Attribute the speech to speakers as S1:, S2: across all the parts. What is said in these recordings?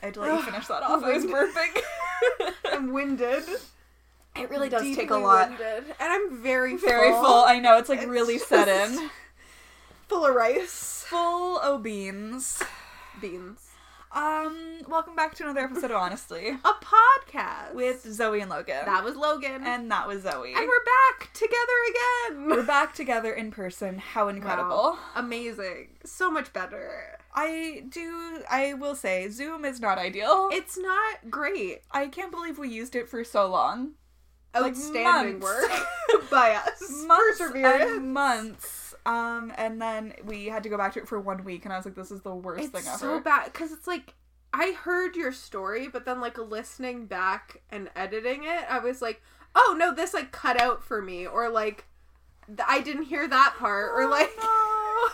S1: had to let you finish that off. I was
S2: Wind-
S1: burping.
S2: I'm winded.
S1: it really does take a
S2: Deeply
S1: lot.
S2: winded. And I'm very full.
S1: Very full. I know. It's like
S2: It's
S1: really set
S2: just-
S1: in.
S2: Full of rice.
S1: Full o beans.
S2: Beans.
S1: Um, welcome back to another episode of Honestly
S2: A podcast.
S1: with Zoe and Logan.
S2: That was Logan.
S1: and that was Zoe.
S2: And we're back together again.
S1: We're back together in person. How incredible.
S2: Amazing. So much better.
S1: I do I will say Zoom is not ideal.
S2: It's not great.
S1: I can't believe we used it for so long. Like
S2: Outstanding
S1: Oh, months.
S2: work by us.
S1: months
S2: Perseverance.
S1: and months. Um, and then we had to go back to it for one week, and I was like, "This is the worst
S2: It's
S1: thing ever."
S2: so bad because it's like I heard your story, but then like listening back and editing it, I was like, oh no, this like cut out for me, or like th- I didn't hear that part, or like. Oh,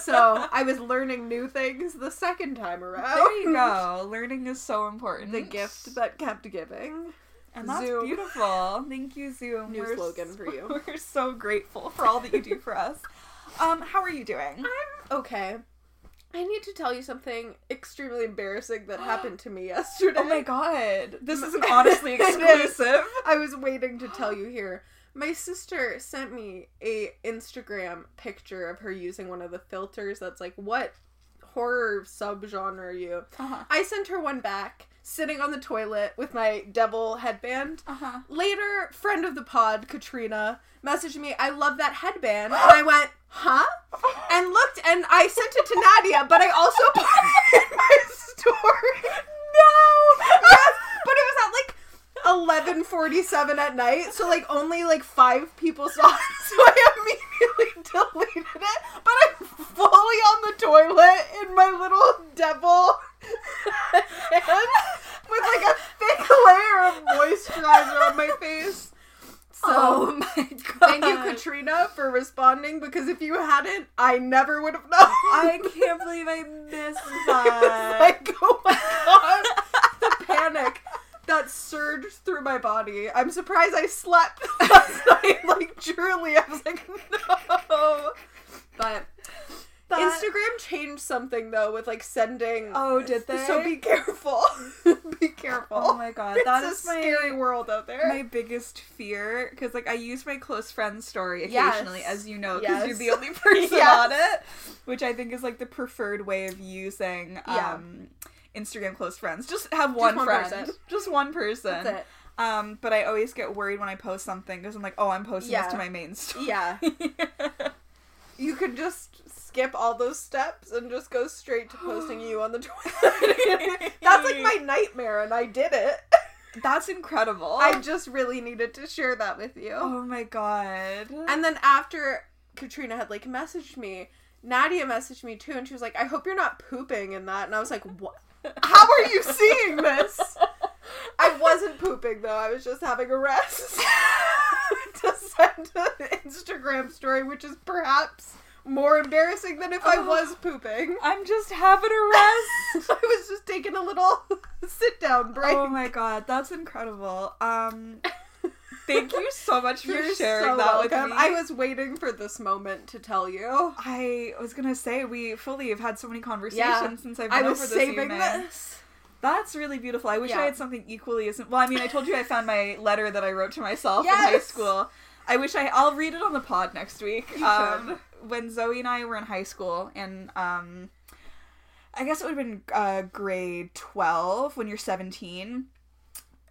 S2: so I was learning new things the second time around.
S1: there you go. Learning is so important.
S2: The gift that kept giving.
S1: and that's
S2: Zoom.
S1: beautiful. Thank you, Zoom.
S2: New
S1: We're
S2: slogan for you.
S1: We're so grateful for all that you do for us. Um, how are you doing?
S2: I'm okay. I need to tell you something extremely embarrassing that happened to me yesterday.
S1: Oh my god, this is an honestly exclusive.
S2: I was waiting to tell you here. My sister sent me a Instagram picture of her using one of the filters that's like, what horror subgenre are you?
S1: Uh-huh.
S2: I sent her one back, sitting on the toilet with my devil headband.
S1: Uh-huh.
S2: Later, friend of the pod, Katrina, messaged me, I love that headband. And I went, huh? And looked, and I sent it to Nadia, but I also put it in my story. No! Yes, but it was at like 11.47 at night, so like only like five people saw it, so I immediately deleted it. But I'm fully on the toilet in my little devil hand with like a thick layer of moisturizer on my face. So
S1: Oh, my god.
S2: thank you, Katrina, for responding because if you hadn't, I never would have known.
S1: I can't believe I missed that.
S2: It's like, oh my god, the panic that surged through my body. I'm surprised I slept last night. Like truly, I was like, no. But Instagram changed something though with like sending.
S1: Oh, did they?
S2: So be careful. be careful.
S1: Oh my god,
S2: It's
S1: that
S2: a
S1: is my
S2: scary world out there.
S1: my biggest fear because like I use my close friend's story
S2: Yes.
S1: occasionally, as you know, because
S2: Yes.
S1: you're the only person
S2: Yes.
S1: on it, which I think is like the preferred way of using
S2: Yeah.
S1: um, Instagram close friends. Just have one,
S2: one
S1: friend,
S2: person.
S1: just one person.
S2: That's
S1: Um, but I always get worried when I post something because I'm like, oh, I'm posting
S2: Yeah.
S1: this to my main story.
S2: it. Yeah. You could just skip all those steps and just go straight to posting you on the toilet. That's like my nightmare, and I did it.
S1: That's incredible.
S2: I just really needed to share that with you.
S1: oh my god.
S2: And then after Katrina had like messaged me, Nadia messaged me too, and she was like, "I hope you're not pooping in that." And I was like, "What? How are you seeing this?" I wasn't pooping though. I was just having a rest to send an Instagram story, which is perhaps more embarrassing than if I was pooping.
S1: I'm just having a rest.
S2: I was just taking a little sit down break.
S1: Oh my god, that's incredible. Um thank you so much for
S2: You're
S1: sharing
S2: so
S1: that with
S2: welcome.
S1: me.
S2: I was waiting for this moment to tell you.
S1: I was gonna say we fully have had so many conversations
S2: Yeah.
S1: since I've been
S2: I
S1: over
S2: was
S1: this
S2: saving
S1: evening.
S2: this.
S1: That's really beautiful. I wish
S2: Yeah.
S1: I had something equally as well. I mean, I told you I found my letter that I wrote to myself in high
S2: Yes!
S1: school. I wish I I'll read it on the pod next week.
S2: You
S1: um, When Zoe and I were in high school, and um, I guess it would have been uh, grade twelve when you're seventeen.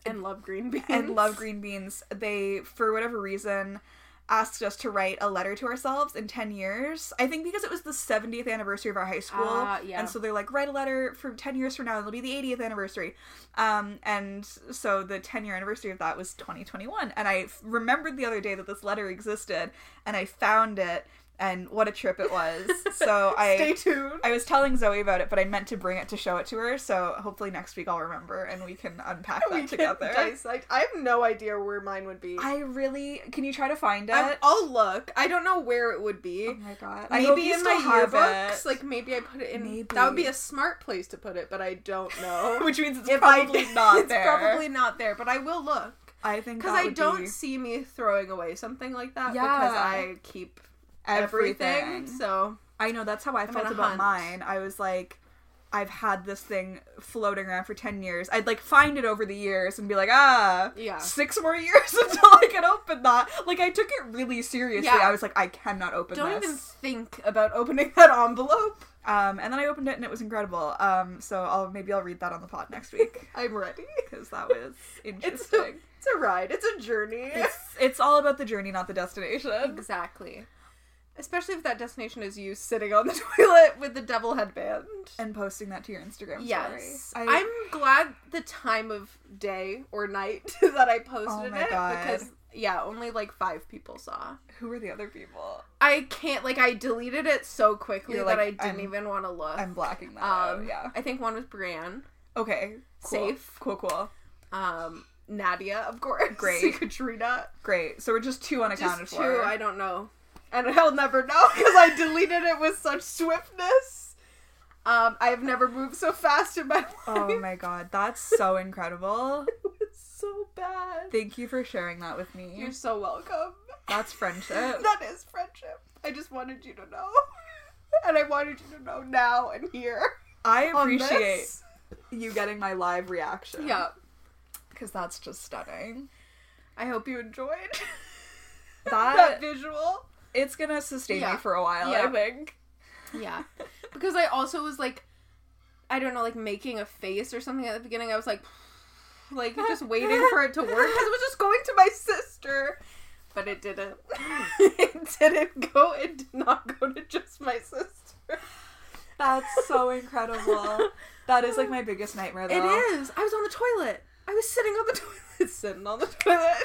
S2: and love green beans
S1: and love green beans they for whatever reason asked us to write a letter to ourselves in 10 years i think because it was the 70th anniversary of our high school
S2: Ah, yeah.
S1: and so they're like write a letter for 10 years from now it'll be the 80th anniversary um, and so the 10 year anniversary of that was 2021 and i f- remembered the other day that this letter existed and i found it and what a trip it was so i
S2: Stay tuned.
S1: I was telling Zoe about it, but I meant to bring it to show it to her. So hopefully next week I'll remember and we can unpack that
S2: We can
S1: together.
S2: dissect. I have no idea where mine would be.
S1: I really can you try to find it?
S2: I, will look. I don't know where it would
S1: oh
S2: be.
S1: my god! I hope
S2: Maybe
S1: you
S2: in my
S1: still have
S2: yearbooks.
S1: it.
S2: Like maybe I put it in.
S1: Maybe.
S2: That would be a smart place to put it, but I don't know.
S1: which means it's
S2: If I
S1: probably
S2: did-
S1: not
S2: it's
S1: there.
S2: probably not there, but I will look
S1: I think
S2: because
S1: that
S2: I
S1: would
S2: don't
S1: be
S2: see me throwing away something like that because
S1: Yeah.
S2: I keep everything.
S1: everything.
S2: So
S1: I know that's how I
S2: I'm
S1: felt
S2: gonna
S1: about
S2: hunt.
S1: mine. I was like, I've had this thing floating around for 10 years. I'd like find it over the years and be like, ah,
S2: Yeah.
S1: six more years until I can open that. Like, I took it really seriously.
S2: Yeah.
S1: I was like, I cannot open
S2: Don't even
S1: this.
S2: think about opening that envelope.
S1: Um, and then I opened it and it was incredible. Um, so I'll maybe I'll read that on the pod next week
S2: I'm ready.
S1: because that was
S2: It's a,
S1: interesting.
S2: it's a ride. It's a journey.
S1: It's, it's all about the journey, not the destination.
S2: exactly. Especially if that destination is you sitting on the toilet with the devil headband.
S1: And posting that to your Instagram
S2: Yes.
S1: story.
S2: I, am glad the time of day or night that I posted
S1: Oh my
S2: it
S1: God.
S2: because yeah, only like 5 people saw.
S1: who were the other people?
S2: I can't like I deleted it so quickly
S1: You're
S2: that I
S1: like,
S2: didn't
S1: I'm-
S2: even want to look.
S1: I'm blacking that out.
S2: um
S1: Yeah.
S2: I think one was Brienne.
S1: Okay. Cool.
S2: Safe.
S1: Cool. Cool.
S2: Um Nadia, of course.
S1: Great.
S2: Katrina.
S1: Great. So we're just two unaccounted
S2: Just
S1: for.
S2: two, I don't know. And I'll never know because I deleted it with such swiftness. Um, I have never moved so fast in my life.
S1: Oh my god, that's so incredible.
S2: It's so bad.
S1: Thank you for sharing that with me.
S2: You're so welcome.
S1: That's friendship.
S2: that is friendship. I just wanted you to know. and I wanted you to know now and here.
S1: I
S2: on
S1: appreciate
S2: this.
S1: you getting my live reaction.
S2: Yeah.
S1: Because that's just stunning.
S2: I hope you enjoyed that
S1: That
S2: visual.
S1: it's gonna sustain
S2: Yeah.
S1: me for a while,
S2: Yeah.
S1: I think.
S2: Yeah. Because I also was like, I don't know, like making a face or something at the beginning. I was like, like just waiting for it to work because it was just going to my sister. But it didn't. it didn't go. It did not go to just my sister.
S1: That's so incredible. that is like my biggest nightmare though.
S2: It is. I was on the toilet. I was sitting on the toilet. Sitting on the toilet.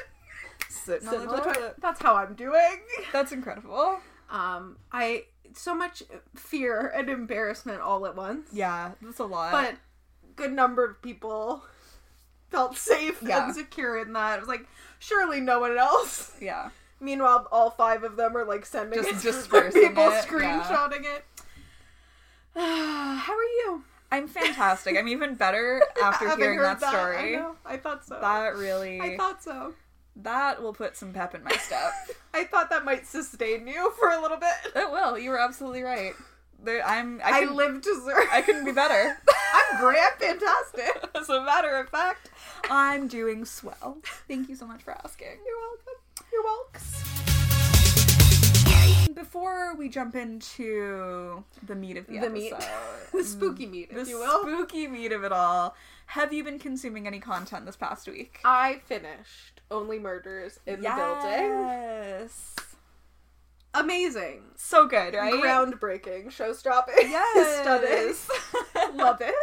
S1: Sitting
S2: Sitting
S1: on the toilet.
S2: That's how I'm doing.
S1: That's incredible.
S2: Um, I so much fear and embarrassment all at once.
S1: Yeah, that's a lot.
S2: but good number of people felt safe
S1: Yeah.
S2: and secure in that. It was like, surely no one else.
S1: yeah.
S2: Meanwhile, all five of them are like sending
S1: Just
S2: it to
S1: dispersing
S2: people,
S1: it,
S2: screenshotting it. How are you?
S1: I'm fantastic. I'm even better after
S2: Having
S1: hearing
S2: heard
S1: that story.
S2: I, know. I thought so.
S1: That really
S2: I thought so.
S1: that will put some pep in my step.
S2: I thought that might sustain you for a little bit.
S1: it will. You were absolutely right. There, I'm. I,
S2: I,
S1: can,
S2: live to serve.
S1: I couldn't be better.
S2: I'm great. I'm fantastic.
S1: As a matter of fact, I'm doing swell. Thank you so much for asking.
S2: You're welcome. You're welcome.
S1: Before we jump into the meat of the,
S2: The meat.
S1: episode,
S2: The spooky meat,
S1: mm, the
S2: if you will.
S1: spooky meat of it all, have you been consuming any content this past week?
S2: I finished Only Murders in the Building.
S1: Yes.
S2: Amazing.
S1: So good, right?
S2: Groundbreaking. Show stopping.
S1: yes.
S2: Stunning. Love it.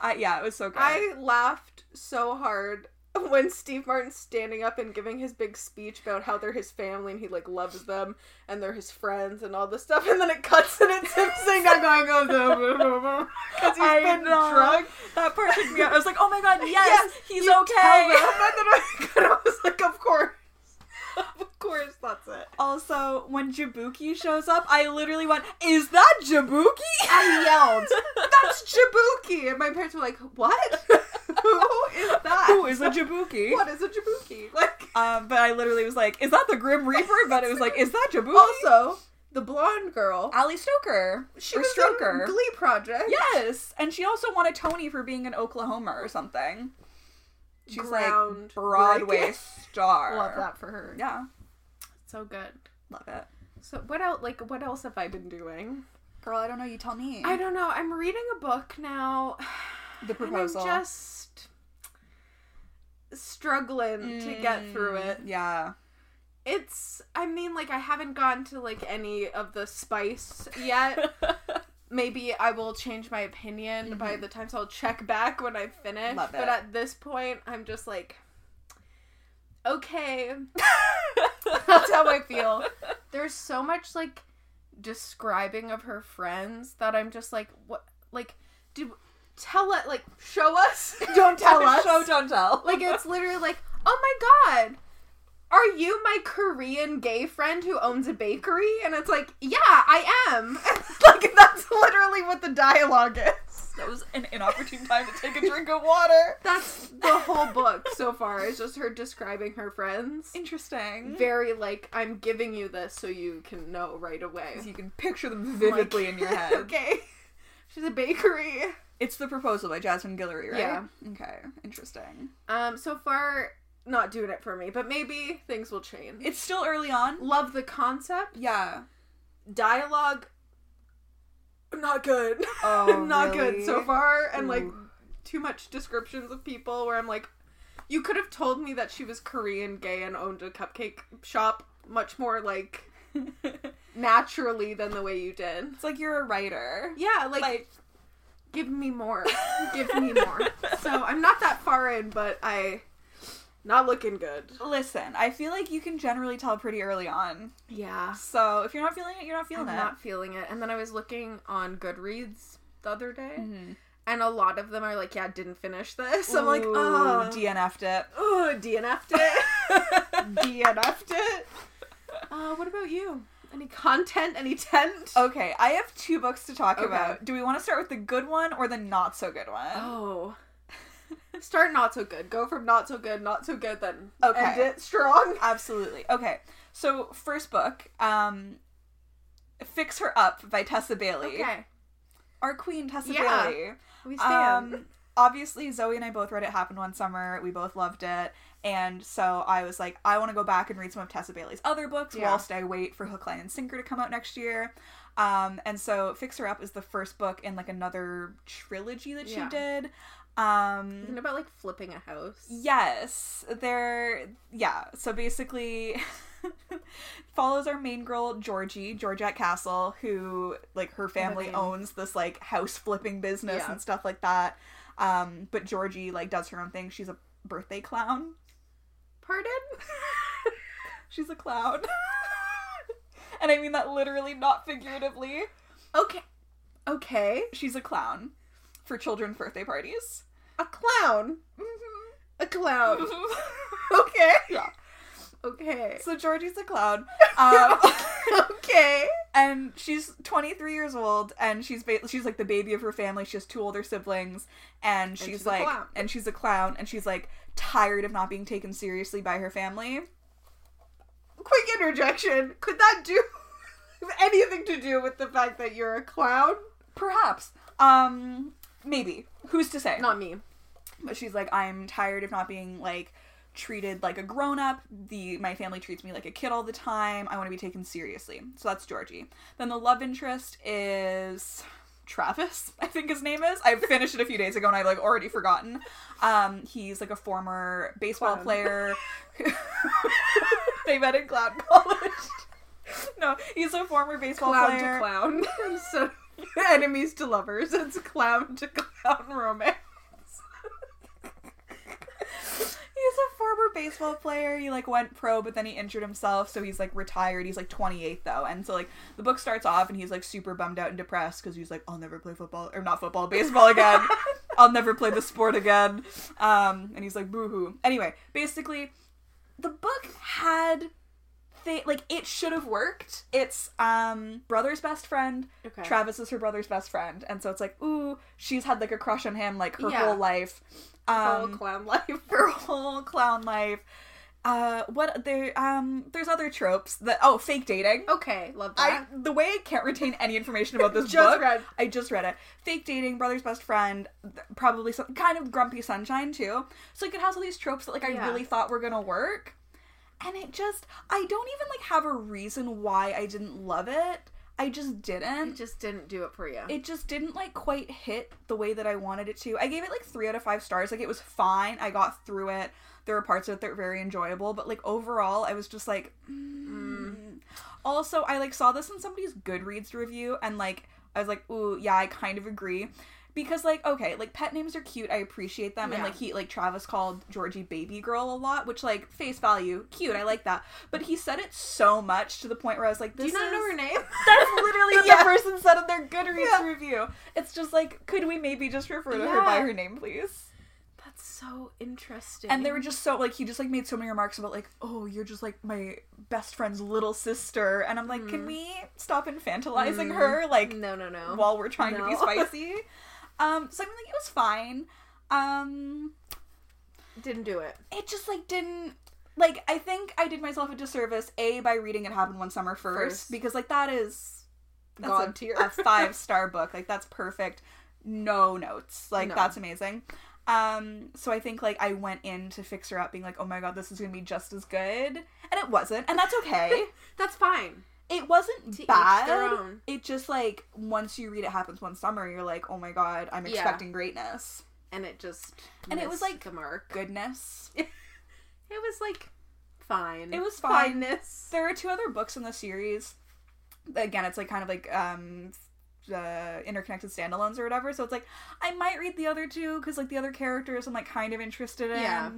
S1: I, yeah, it was so good.
S2: I laughed so hard when Steve Martin's standing up and giving his big speech about how they're his family and he like loves them and they're his friends and all this stuff and then it cuts and it's him saying that going on because he's
S1: I
S2: been
S1: know.
S2: drunk.
S1: That part took me out. I was like, oh my god, yes,
S2: Yes,
S1: he's
S2: You tell them.
S1: okay.
S2: And then I was like, of course. Of course, that's it.
S1: Also, when Jabuki shows up, I literally went, "Is that Jabuki?"
S2: I yelled, "That's Jabuki!" And my parents were like, "What? Who is that?
S1: Who is a Jabuki?
S2: What is a Jabuki?" Like,
S1: Um, but I literally was like, "Is that the Grim Reaper?" But it was like, "Is that Jabuki?"
S2: also the blonde girl,
S1: Ali Stoker.
S2: she
S1: or
S2: was
S1: Stroker.
S2: in Glee Project.
S1: yes, and she also won a Tony for being in Oklahoma or something. She's
S2: Groundbreaking.
S1: like Broadway star.
S2: love that for her.
S1: Yeah,
S2: so good.
S1: love it,
S2: So what else? Like, what else have I been doing?
S1: girl. I don't know. You tell me.
S2: I don't know. I'm reading a book now.
S1: the proposal.
S2: And I'm just struggling to get through
S1: Mm,
S2: it.
S1: Yeah.
S2: It's I mean like I haven't gone to like any of the spice yet. Maybe I will change my opinion by the time so I'll check back when I finish.
S1: Love
S2: But
S1: it.
S2: at this point I'm just like okay. That's how I feel. There's so much like describing of her friends that I'm just like what like do tell it like show us. Don't tell us.
S1: Show, don't tell.
S2: Like it's literally like, oh my god, are you my Korean gay friend who owns a bakery? And it's like, yeah, I am. like that's literally what the dialogue is.
S1: That was an inopportune time to take a drink of water.
S2: That's the whole book so far. It's just her describing her friends.
S1: Interesting.
S2: Very like, I'm giving you this so you can know right away.
S1: you can picture them vividly
S2: Like,
S1: in your head.
S2: okay. She's a bakery.
S1: It's the proposal by Jasmine Guillory, right?
S2: Yeah.
S1: Okay. Interesting.
S2: Um, so far, not doing it for me, but maybe things will change.
S1: It's still early on.
S2: Love the concept.
S1: Yeah.
S2: Dialogue, not good.
S1: Oh,
S2: not
S1: really? Mm.
S2: good so far. And like
S1: Ooh.
S2: too much descriptions of people where I'm like, you could have told me that she was Korean, gay, and owned a cupcake shop much more like
S1: it's
S2: naturally than the way you did.
S1: like you're a writer.
S2: Yeah, like,
S1: Like-
S2: give me more. give me more. So I'm not that far in, but I not looking good.
S1: Listen, I feel like you can generally tell pretty early on.
S2: Yeah.
S1: So if you're not feeling it, you're not
S2: I'm
S1: feeling it.
S2: not feeling it. And then I was looking on Goodreads the other day,
S1: Mhm.
S2: and a lot of them are like, "Yeah, didn't finish this." I'm like,
S1: Ooh,
S2: "Oh,
S1: DNF'd it.
S2: oh, DNF'd it, DNF'd it." Uh, what about you? Any content? Any tent?
S1: okay, I have two books to talk
S2: Okay.
S1: about. Do we want to start with the good one or the not so good one?
S2: Oh. Start not so good. Go from not so good, not so good, then
S1: Okay.
S2: end it strong.
S1: Absolutely. Okay. So first book, um Fix Her Up by Tessa Bailey.
S2: Okay.
S1: Our queen Tessa
S2: Yeah.
S1: Bailey.
S2: We stand.
S1: Um obviously Zoe and I both read it happened one summer. We both loved it. And so I was like, I want to go back and read some of Tessa Bailey's other books
S2: Yeah.
S1: whilst I wait for Hook, Line, and Sinker to come out next year. Um, and so Fix Her Up is the first book in like another trilogy that she
S2: Yeah.
S1: did.
S2: Isn't
S1: Um,
S2: it about like flipping a house?
S1: Yes, they're yeah. So basically, follows our main girl Georgie, Georgette Castle, who like her family
S2: name.
S1: owns this like house flipping business
S2: Yeah.
S1: and stuff like that. Um, but Georgie like does her own thing. She's a birthday clown.
S2: Pardon?
S1: She's a clown, and I mean that literally, not figuratively.
S2: okay. Okay.
S1: She's a clown for children's birthday parties.
S2: A clown. A clown.
S1: Mhm.
S2: Okay.
S1: yeah.
S2: Okay.
S1: So Georgie's a clown. Um,
S2: okay.
S1: and she's 23 years old and she's ba- she's like the baby of her family she has two older siblings and she's,
S2: she's a
S1: like
S2: clown.
S1: and she's a clown and she's like tired of not being taken seriously by her family
S2: Quick interjection. Could that do have anything to do with the fact that you're a clown?
S1: perhaps um maybe who's to say
S2: Not me.
S1: but she's like i'm tired of not being like treated like a grown up the my family treats me like a kid all the time i want to be taken seriously so that's georgie then the love interest is travis i think his name is i finished it a few days ago and i like already forgotten um he's like a former baseball
S2: Clown.
S1: player they met in clown college no he's a former baseball
S2: Clown
S1: player
S2: to clown. so enemies to lovers. It's clown to clown romance.
S1: He's a former baseball player. He like went pro, but then he injured himself, so he's like retired. He's like 28 though, and so like the book starts off, and he's like super bummed out and depressed because he's like, I'll never play football or not football, baseball again. I'll never play the sport again. Um, and he's like, boohoo. Anyway, basically, the book had they like it should have worked. It's um brother's best friend.
S2: Okay.
S1: Travis is her brother's best friend, and so it's like, ooh, she's had like a crush on him like her
S2: Yeah.
S1: whole life.
S2: Whole
S1: Um,
S2: clown life.
S1: her whole clown life. Uh, what there um there's other tropes that oh fake dating.
S2: Okay, love
S1: I
S2: that.
S1: the way I can't retain any information about this
S2: Just
S1: book.
S2: read.
S1: I just read it. Fake dating, brother's best friend, th- probably some kind of grumpy sunshine too. So like it has all these tropes that like I
S2: Yeah.
S1: really thought were gonna work, and it just I don't even like have a reason why I didn't love it. I just
S2: It
S1: didn't.
S2: just didn't do it for you.
S1: It just didn't like quite hit the way that I wanted it to. I gave it like three out of five stars. Like it was fine. I got through it. There were parts of it that were very enjoyable, but like overall, I was just like. Mm. Also, I like saw this in somebody's Goodreads review, and like I was like, ooh, yeah, I kind of agree. Because like okay, like pet names are cute. I appreciate them, and
S2: Yeah.
S1: like he like Travis called Georgie baby girl a lot, which like face value, cute. I like that. But he said it so much to the point where I was like,
S2: do
S1: this
S2: you not
S1: is
S2: know her name?
S1: that's literally what
S2: Yeah.
S1: the person said in their Goodreads
S2: Yeah.
S1: review. It's just like, could we maybe just refer to her by
S2: Yeah.
S1: her name, please?
S2: That's so interesting.
S1: And they were just so like he just like made so many remarks about like, oh, you're just like my best friend's little sister, and I'm like, can we stop infantilizing
S2: Mm.
S1: her like
S2: no, no, no.
S1: while we're trying to be
S2: No.
S1: spicy? um, so I mean, like it was fine. Um,
S2: Didn't do it.
S1: it just like didn't like I think I did myself a disservice a by reading it happened one summer first,
S2: First.
S1: because like that is that's
S2: God
S1: a,
S2: tier.
S1: a five star book like that's perfect. no notes. Like
S2: No.
S1: that's amazing. Um, so I think like I went in to fix her up, being like, oh my god, this is gonna be just as good, and it wasn't, and that's okay.
S2: That's fine.
S1: it wasn't
S2: To each
S1: bad.
S2: their own.
S1: It just like once you read it happens one summer, you're like, oh my god, I'm
S2: Yeah.
S1: expecting greatness,
S2: And it just
S1: And it was,
S2: missed
S1: like,
S2: the mark.
S1: goodness.
S2: It was like fine.
S1: It was fine.
S2: Fineness.
S1: There are two other books in the series. Again, it's like kind of like um the interconnected standalones or whatever. So it's like I might read the other two because like the other characters I'm like kind of interested in.
S2: Yeah.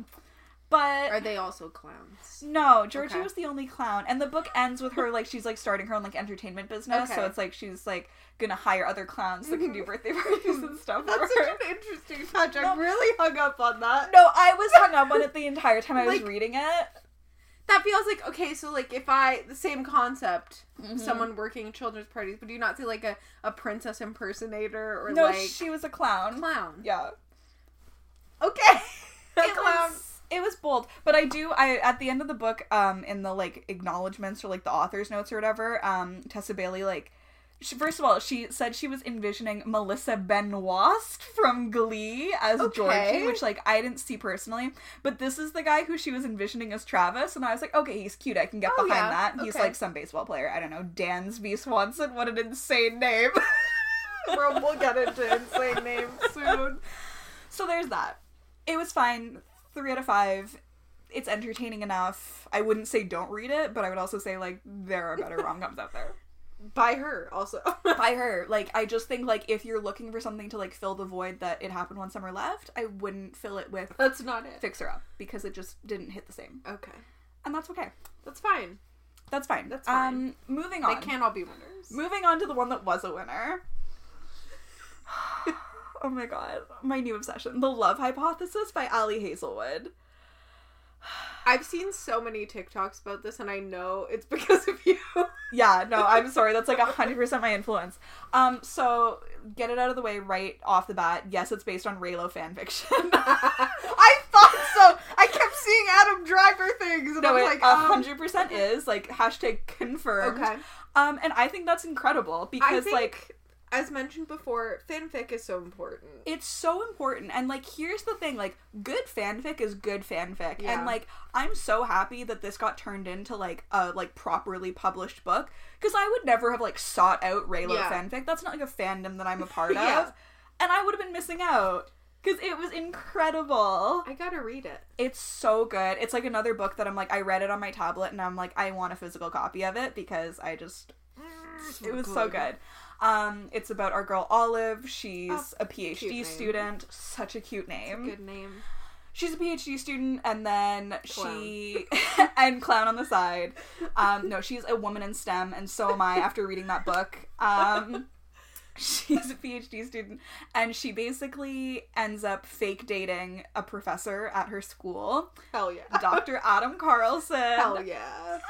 S1: But
S2: Are they also clowns?
S1: No, Georgie
S2: Okay.
S1: was the only clown, and the book ends with her like she's like starting her own like entertainment business. So
S2: Okay.
S1: it's like she's like gonna hire other clowns that can do birthday parties and stuff. for
S2: That's
S1: her.
S2: such an interesting touch.
S1: No.
S2: I'm really hung up on that.
S1: No, I was hung up on it the entire time I was
S2: Like-
S1: reading it.
S2: That feels like okay, so like if I the same concept,
S1: Mhm.
S2: someone working children's parties, would you not say like a, a princess impersonator or
S1: No,
S2: like
S1: she was a clown.
S2: clown?
S1: Yeah,
S2: Okay. A
S1: it was it was bold, but I do. I at the end of the book, um, in the like acknowledgments or like the author's notes or whatever, um, Tessa Bailey like. She, first of all, she said she was envisioning Melissa Benoist from Glee as
S2: Okay.
S1: Georgie, which like I didn't see personally, but this is the guy who she was envisioning as Travis, and I was like, okay, he's cute. I can get
S2: Oh,
S1: behind
S2: yeah.
S1: that. He's
S2: Okay.
S1: like some baseball player. I don't know, Dansby Swanson. What an insane name.
S2: Well, we'll get into insane names soon.
S1: So there's that. It was fine. Three out of five. It's entertaining enough. I wouldn't say don't read it, but I would also say like there are better rom coms out there.
S2: By her also.
S1: By her, like I just think like if you're looking for something to like fill the void that it happened one summer left, I wouldn't fill it with
S2: That's not it.
S1: Fixer Up because it just didn't hit the same,
S2: Okay.
S1: and that's okay.
S2: That's fine.
S1: That's fine.
S2: That's
S1: Um, moving on.
S2: They can't all be winners.
S1: Moving on to the one that was a winner. oh my god, my new obsession: The Love Hypothesis by Ali Hazelwood.
S2: I've seen so many TikToks about this and I know it's because of you.
S1: Yeah, no, I'm sorry. That's like 100% my influence. Um, so get it out of the way right off the bat. Yes, it's based on Raylo fanfiction.
S2: I thought so. I kept seeing Adam Driver things and I
S1: no,
S2: was
S1: it
S2: like, um,
S1: 100% is like hashtag confirmed.
S2: okay.
S1: Um, and I think that's incredible
S2: I
S1: because
S2: think,
S1: like
S2: like as mentioned before, fanfic is so important.
S1: it's so important and like here's the thing like good fanfic is good fanfic
S2: Yeah.
S1: and like i'm so happy that this got turned into like a like properly published book because i would never have like sought out raylo
S2: Yeah.
S1: fanfic that's not like a fandom that i'm a part
S2: Yeah.
S1: of and i would have been missing out because it was incredible
S2: I gotta read it.
S1: it's so good it's like another book that i'm like i read it on my tablet and i'm like i want a physical copy of it because i just it was so good. Um, it's about our girl Olive. She's
S2: Oh,
S1: a
S2: cute
S1: PhD
S2: name.
S1: student. Such a cute name.
S2: Good name.
S1: She's a PhD student, and then she and clown on the side. Um, no, she's a woman in STEM, and so am I. After reading that book, um, she's a PhD student, and she basically ends up fake dating a professor at her school,
S2: Hell yeah.
S1: Dr. Adam Carlson.
S2: Hell yeah.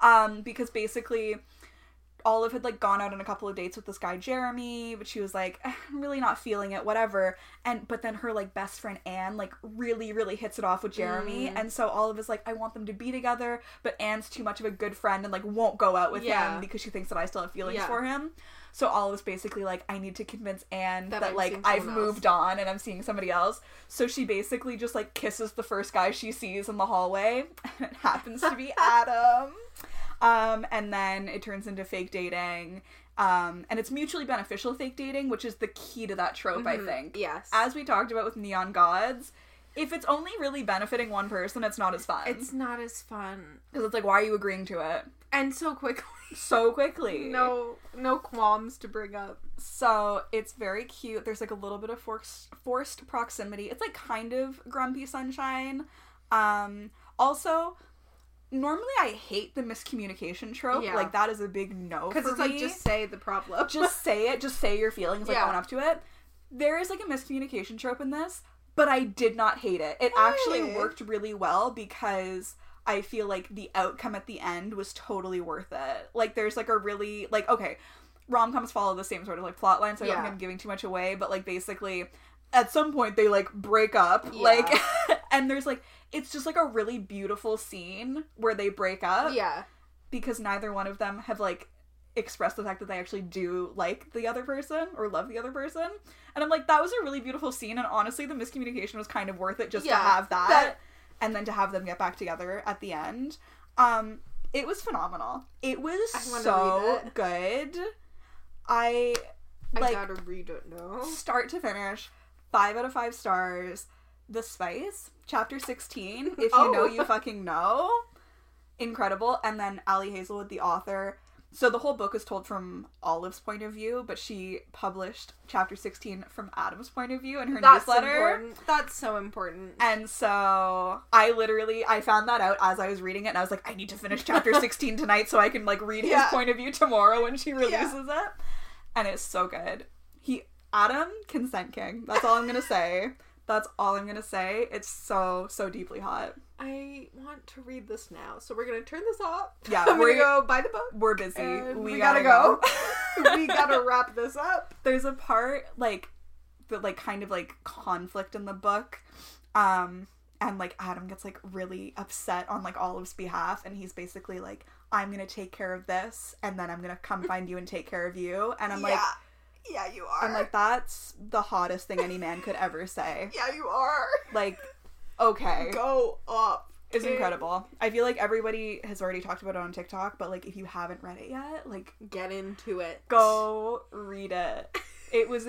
S1: Um, because basically Olive had like gone out on a couple of dates with this guy Jeremy, but she was like, "Eh, I'm really not feeling it, whatever. And but then her like best friend Anne like really, really hits it off with Jeremy.
S2: Mm.
S1: And so Olive is like, I want them to be together, but Anne's too much of a good friend and like won't go out with
S2: Yeah.
S1: him because she thinks that I still have feelings
S2: Yeah.
S1: for him. So Olive's basically like, I need to convince Anne
S2: That
S1: that,
S2: I'm
S1: like
S2: seeing
S1: I've
S2: someone else."
S1: moved on and I'm seeing somebody else. So she basically just like kisses the first guy she sees in the hallway, and it happens to be Adam. Um, and then it turns into fake dating. Um, and it's mutually beneficial fake dating, which is the key to that trope, I
S2: Mhm.
S1: think.
S2: Yes.
S1: As we talked about with Neon Gods, if it's only really benefiting one person, it's not as fun.
S2: it's not as fun.
S1: because it's like, why are you agreeing to it
S2: And so quickly.
S1: so quickly?
S2: No no qualms to bring up.
S1: So it's very cute. There's like a little bit of forced forced proximity. It's like kind of grumpy sunshine. Um also normally I hate the miscommunication trope.
S2: Yeah.
S1: Like that is a big no
S2: Because
S1: for
S2: it's like
S1: me.
S2: just say the problem.
S1: Just say it, just say your feelings, like
S2: Yeah.
S1: own up to it. There is like a miscommunication trope in this, but I did not hate it. It actually
S2: Really?
S1: worked really well because I feel like the outcome at the end was totally worth it. Like there's like a really like okay, rom coms follow the same sort of like plot line, so I don't
S2: Yeah.
S1: think I'm giving too much away, but like basically at some point they like break up.
S2: Yeah.
S1: Like and there's like it's just like a really beautiful scene where they break up
S2: yeah.
S1: because neither one of them have like express the fact that they actually do like the other person or love the other person. And I'm like, that was a really beautiful scene. And honestly, the miscommunication was kind of worth it just to
S2: Yeah,
S1: have that,
S2: that-
S1: and then to have them get back together at the end. Um, it was phenomenal. It was
S2: I wanna
S1: so
S2: read it.
S1: good. I
S2: I
S1: like
S2: gotta read it now.
S1: start to finish, five out of five stars. The Spice, chapter 16. If you
S2: Oh.
S1: know, you fucking know. Incredible. And then Allie Hazelwood, the author. So the whole book is told from Olive's point of view, but she published chapter 16 from Adam's point of view in her
S2: That's
S1: newsletter.
S2: important. That's so important.
S1: And so I literally I found that out as I was reading it and I was like I need to finish chapter 16 tonight so I can like read
S2: Yeah.
S1: his point of view tomorrow when she releases it. And it's so good. He Adam consent king. That's all I'm going to say. That's all I'm going to say. It's so so deeply hot.
S2: I want to read this now, so we're gonna turn this off.
S1: Yeah,
S2: I'm gonna
S1: we're-
S2: go buy the book.
S1: We're busy.
S2: And
S1: we,
S2: we
S1: gotta,
S2: gotta
S1: go.
S2: we gotta wrap this up.
S1: there's a part like the like kind of like conflict in the book um and like adam gets like really upset on like olive's behalf and he's basically like i'm gonna take care of this and then i'm gonna come find you and take care of you and i'm like
S2: yeah, you are.
S1: i'm like that's the hottest thing any man could ever say
S2: yeah, you are.
S1: like okay
S2: Go up.
S1: it's
S2: kid.
S1: incredible i feel like everybody has already talked about it on tiktok but like if you haven't read it yet like
S2: Get into it.
S1: go read it. It was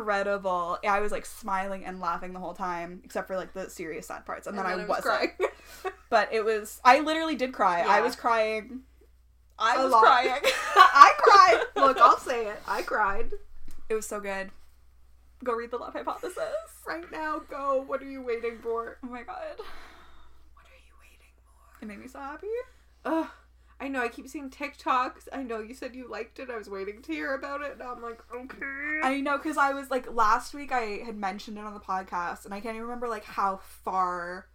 S1: incredible. I was like smiling and laughing the whole time, except for like the serious sad parts, and, then, I wasn't.
S2: crying.
S1: But it was. I literally did cry. I
S2: Yeah.
S1: was crying. I
S2: A
S1: was
S2: lot.
S1: crying.
S2: I cried. Look, I'll say it. I cried.
S1: It was so good. Go read the Love Hypothesis.
S2: Right now, go. What are you waiting for?
S1: Oh my god,
S2: What are you waiting for?
S1: it made me so happy.
S2: Ugh. I know. I keep seeing TikToks. I know you said you liked it. I was waiting to hear about it. Now I'm like, okay.
S1: I know because I was like last week I had mentioned it on the podcast, and I can't even remember like how far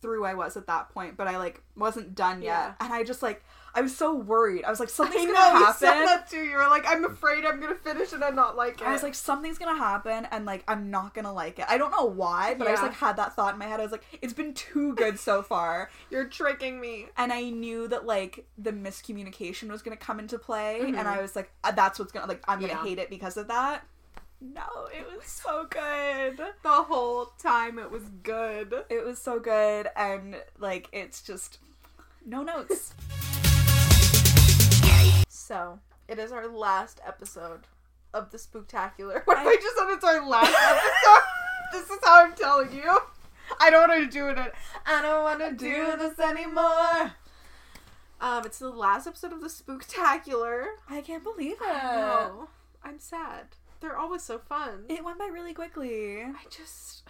S1: through I was at that point, but I like wasn't done yet, and I just like I was so worried. I was like something's
S2: I
S1: gonna
S2: know you said
S1: happen.
S2: that too. You were like, I'm afraid I'm gonna finish it and not like it.
S1: I was like something's gonna happen, and like I'm not gonna like it. I don't know why, but I just
S2: Yeah.
S1: like had that thought in my head. I was like, it's been too good so far,
S2: you're tricking me.
S1: and I knew that like the miscommunication was gonna come into play,
S2: Mhm.
S1: and I was like, "Uh, that's what's gonna like I'm gonna
S2: Yeah.
S1: hate it because of that. No, it was so good.
S2: The whole time it was good.
S1: It was so good, and like it's just no notes.
S2: So it is our last episode of the Spooktacular. What if
S1: I-
S2: I just said it's our last episode? this is how I'm telling you. I don't want to do it. I don't want
S1: Uh,
S2: to do this anymore. Um, it's the last episode of the Spooktacular.
S1: I can't believe it.
S2: No, I'm sad. They're always so fun.
S1: It went by really quickly.
S2: I just,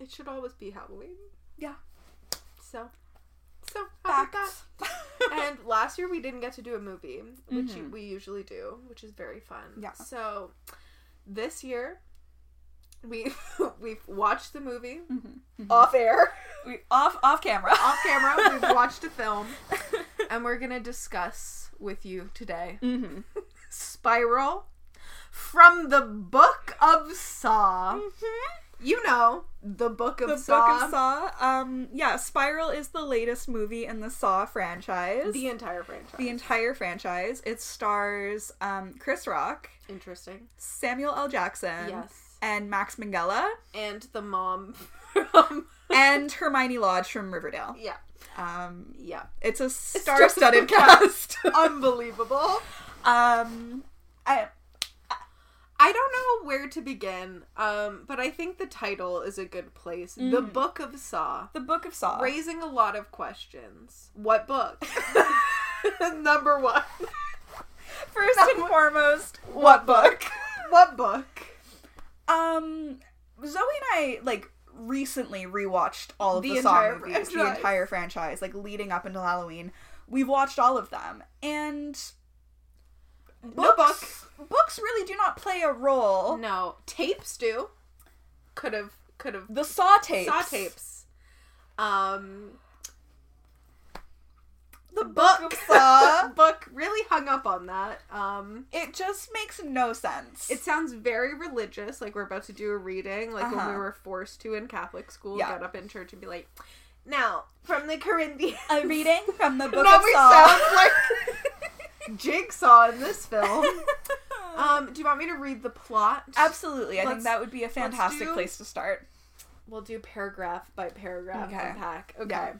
S2: it should always be Halloween.
S1: Yeah.
S2: So, so how about that?
S1: Facts.
S2: and last year we didn't get to do a movie, which
S1: Mhm.
S2: you- we usually do, which is very fun.
S1: Yeah.
S2: So this year we we've watched the movie
S1: Mhm.
S2: off air,
S1: we off off camera.
S2: Mm-hmm. off camera. We've watched a film, and we're gonna discuss with you today
S1: mm-hmm.
S2: Spiral from the Book of Saw. You know the Book of
S1: The
S2: Saw.
S1: Book of Saw. Um, yeah, Spiral is the latest movie in the Saw franchise.
S2: The entire franchise.
S1: The entire franchise. It stars um, Chris Rock,
S2: Interesting.
S1: Samuel L. Jackson,
S2: Yes.
S1: and Max Minghella,
S2: And the mom. from-
S1: and Hermione Lodge from Riverdale.
S2: yeah.
S1: Um,
S2: Yeah.
S1: it's a
S2: just
S1: star-studded
S2: a
S1: cast.
S2: Unbelievable.
S1: um, I,
S2: I don't know where to begin, um, but I think the title is a good place. The
S1: Mhm.
S2: Book of Saw.
S1: the Book of Saw.
S2: Raising a lot of questions. What book? Number one.
S1: First and foremost,
S2: What book? what book?
S1: Um, Zoe and I like recently rewatched all of the,
S2: The
S1: Saw
S2: entire
S1: movies, the
S2: franchise.
S1: entire franchise, like leading up until Halloween. We've watched all of them, and
S2: No
S1: books books really do not play a role.
S2: No. Tapes do. Could have could have
S1: The Saw tapes,
S2: saw tapes. Um
S1: the book,
S2: book,
S1: of Saw.
S2: book really hung up on that. Um
S1: it just makes no sense.
S2: It sounds very religious, like we're about to do a reading, like when
S1: Uh-huh.
S2: we were forced to in Catholic school,
S1: Yeah.
S2: get up in church and be like, now from the Corinthians.
S1: a reading from the book
S2: now
S1: of
S2: we
S1: Saw.
S2: sound like jigsaw in this film. Um, do you want me to read the plot?
S1: Absolutely. I think
S2: Let's-
S1: that would be a fantastic
S2: do-
S1: place to start.
S2: We'll do paragraph by paragraph
S1: Okay.
S2: unpack. Okay.
S1: Yeah.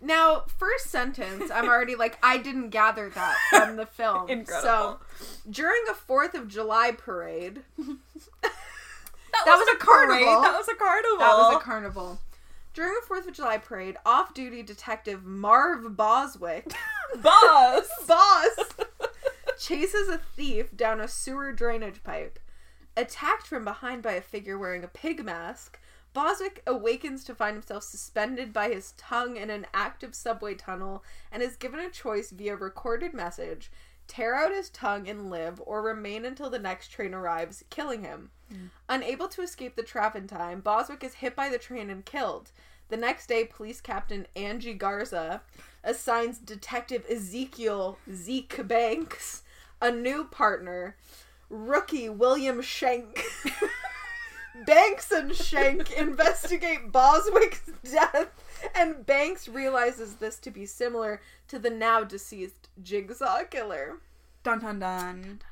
S2: Now, first sentence, I'm already like, I didn't gather that from the film.
S1: Incredible.
S2: So, during a 4th of July parade,
S1: That
S2: was
S1: was
S2: a
S1: a carnival.
S2: parade.
S1: That was a carnival.
S2: that was a carnival. During a 4th of July parade, off duty detective Marv Boswick,
S1: bus.
S2: boss, chases a thief down a sewer drainage pipe. Attacked from behind by a figure wearing a pig mask, Boswick awakens to find himself suspended by his tongue in an active subway tunnel and is given a choice via recorded message tear out his tongue and live, or remain until the next train arrives, killing him. Unable to escape the trap in time, Boswick is hit by the train and killed. The next day, police captain Angie Garza assigns detective Ezekiel Zeke Banks a new partner, rookie William Shank. Banks and Shank investigate Boswick's death, and Banks realizes this to be similar to the now deceased Jigsaw Killer.
S1: Dun dun dun.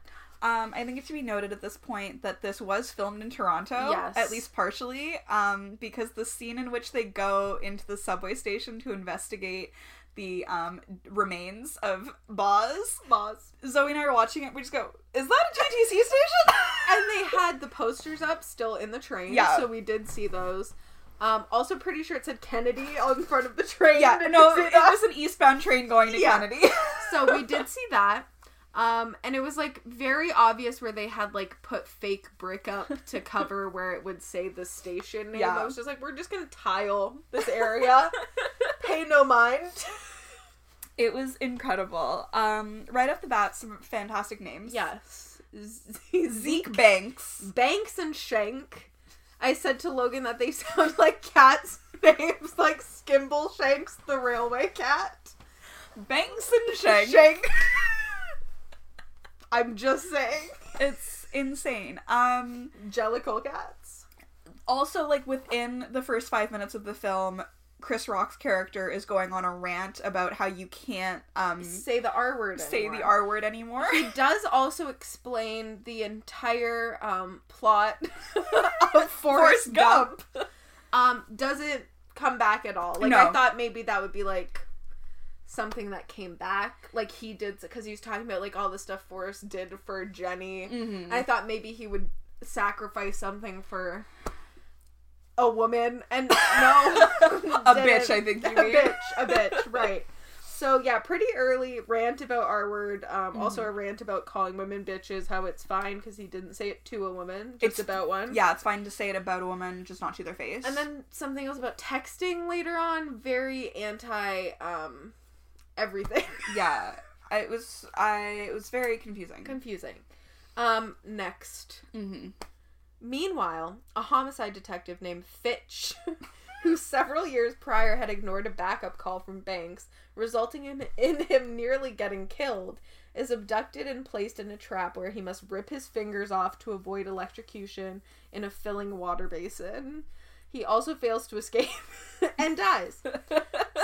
S1: Um, I think it should be noted at this point that this was filmed in Toronto,
S2: Yes.
S1: at least partially, um, because the scene in which they go into the subway station to investigate the um, remains of Boz,
S2: Boz.
S1: Zoe and I are watching it. We just go, "Is that a GTC station?"
S2: And they had the posters up still in the train,
S1: Yeah.
S2: so we did see those. Um, also, pretty sure it said Kennedy on front of the train.
S1: yeah,
S2: and
S1: no,
S2: it
S1: it
S2: said
S1: was an eastbound train going to
S2: Yeah.
S1: Kennedy.
S2: so we did see that. Um, and it was like very obvious where they had like put fake brick up to cover where it would say the station name.
S1: Yeah.
S2: I was just like, we're just gonna tile this area, pay no mind.
S1: it was incredible. Um, right off the bat, some fantastic names.
S2: Yes, Z- Zeke
S1: Zeke Banks.
S2: Banks and Shank. I said to Logan that they sound like cats' names, like Skimble Shanks, the railway cat.
S1: Banks and Shank.
S2: Shank. I'm just saying,
S1: It's insane. Um,
S2: Jellicle cats.
S1: also, like within the first five minutes of the film, Chris Rock's character is going on a rant about how you can't um,
S2: Say the R word.
S1: say the
S2: anymore.
S1: R word anymore.
S2: He does also explain the entire um, plot of Forrest Gump. Um, doesn't come back at all. Like I
S1: No.
S2: thought maybe that would be like something that came back. Like he did because he was talking about like all the stuff Forrest did for Jenny.
S1: Mhm.
S2: And I thought maybe he would sacrifice something for a woman and no
S1: A
S2: didn't.
S1: bitch, I think you
S2: a
S1: mean.
S2: bitch, a bitch, right. So yeah, pretty early rant about R word. Um, Also a rant about calling women bitches. How it's fine because he didn't say it to a woman, just
S1: It's-
S2: about one.
S1: Yeah, it's fine to say it about a woman, just not to their face.
S2: And then something else about texting later on. Very anti um, everything.
S1: yeah, I- it was I it was very confusing.
S2: Confusing. Um, next.
S1: mm-hmm.
S2: Meanwhile, a homicide detective named Fitch, who several years prior had ignored a backup call from Banks, resulting in, in him nearly getting killed, is abducted and placed in a trap where he must rip his fingers off to avoid electrocution in a filling water basin. He also fails to escape and dies.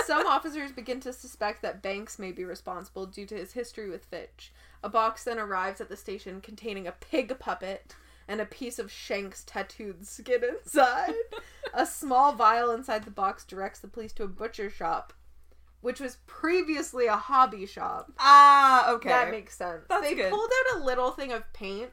S2: Some officers begin to suspect that Banks may be responsible due to his history with Fitch. A box then arrives at the station containing a pig puppet and a piece of Shank's tattooed skin inside. a small vial inside the box directs the police to a butcher shop, which was previously a hobby shop.
S1: Ah, okay.
S2: That makes sense.
S1: That's
S2: they
S1: good.
S2: pulled out a little thing of paint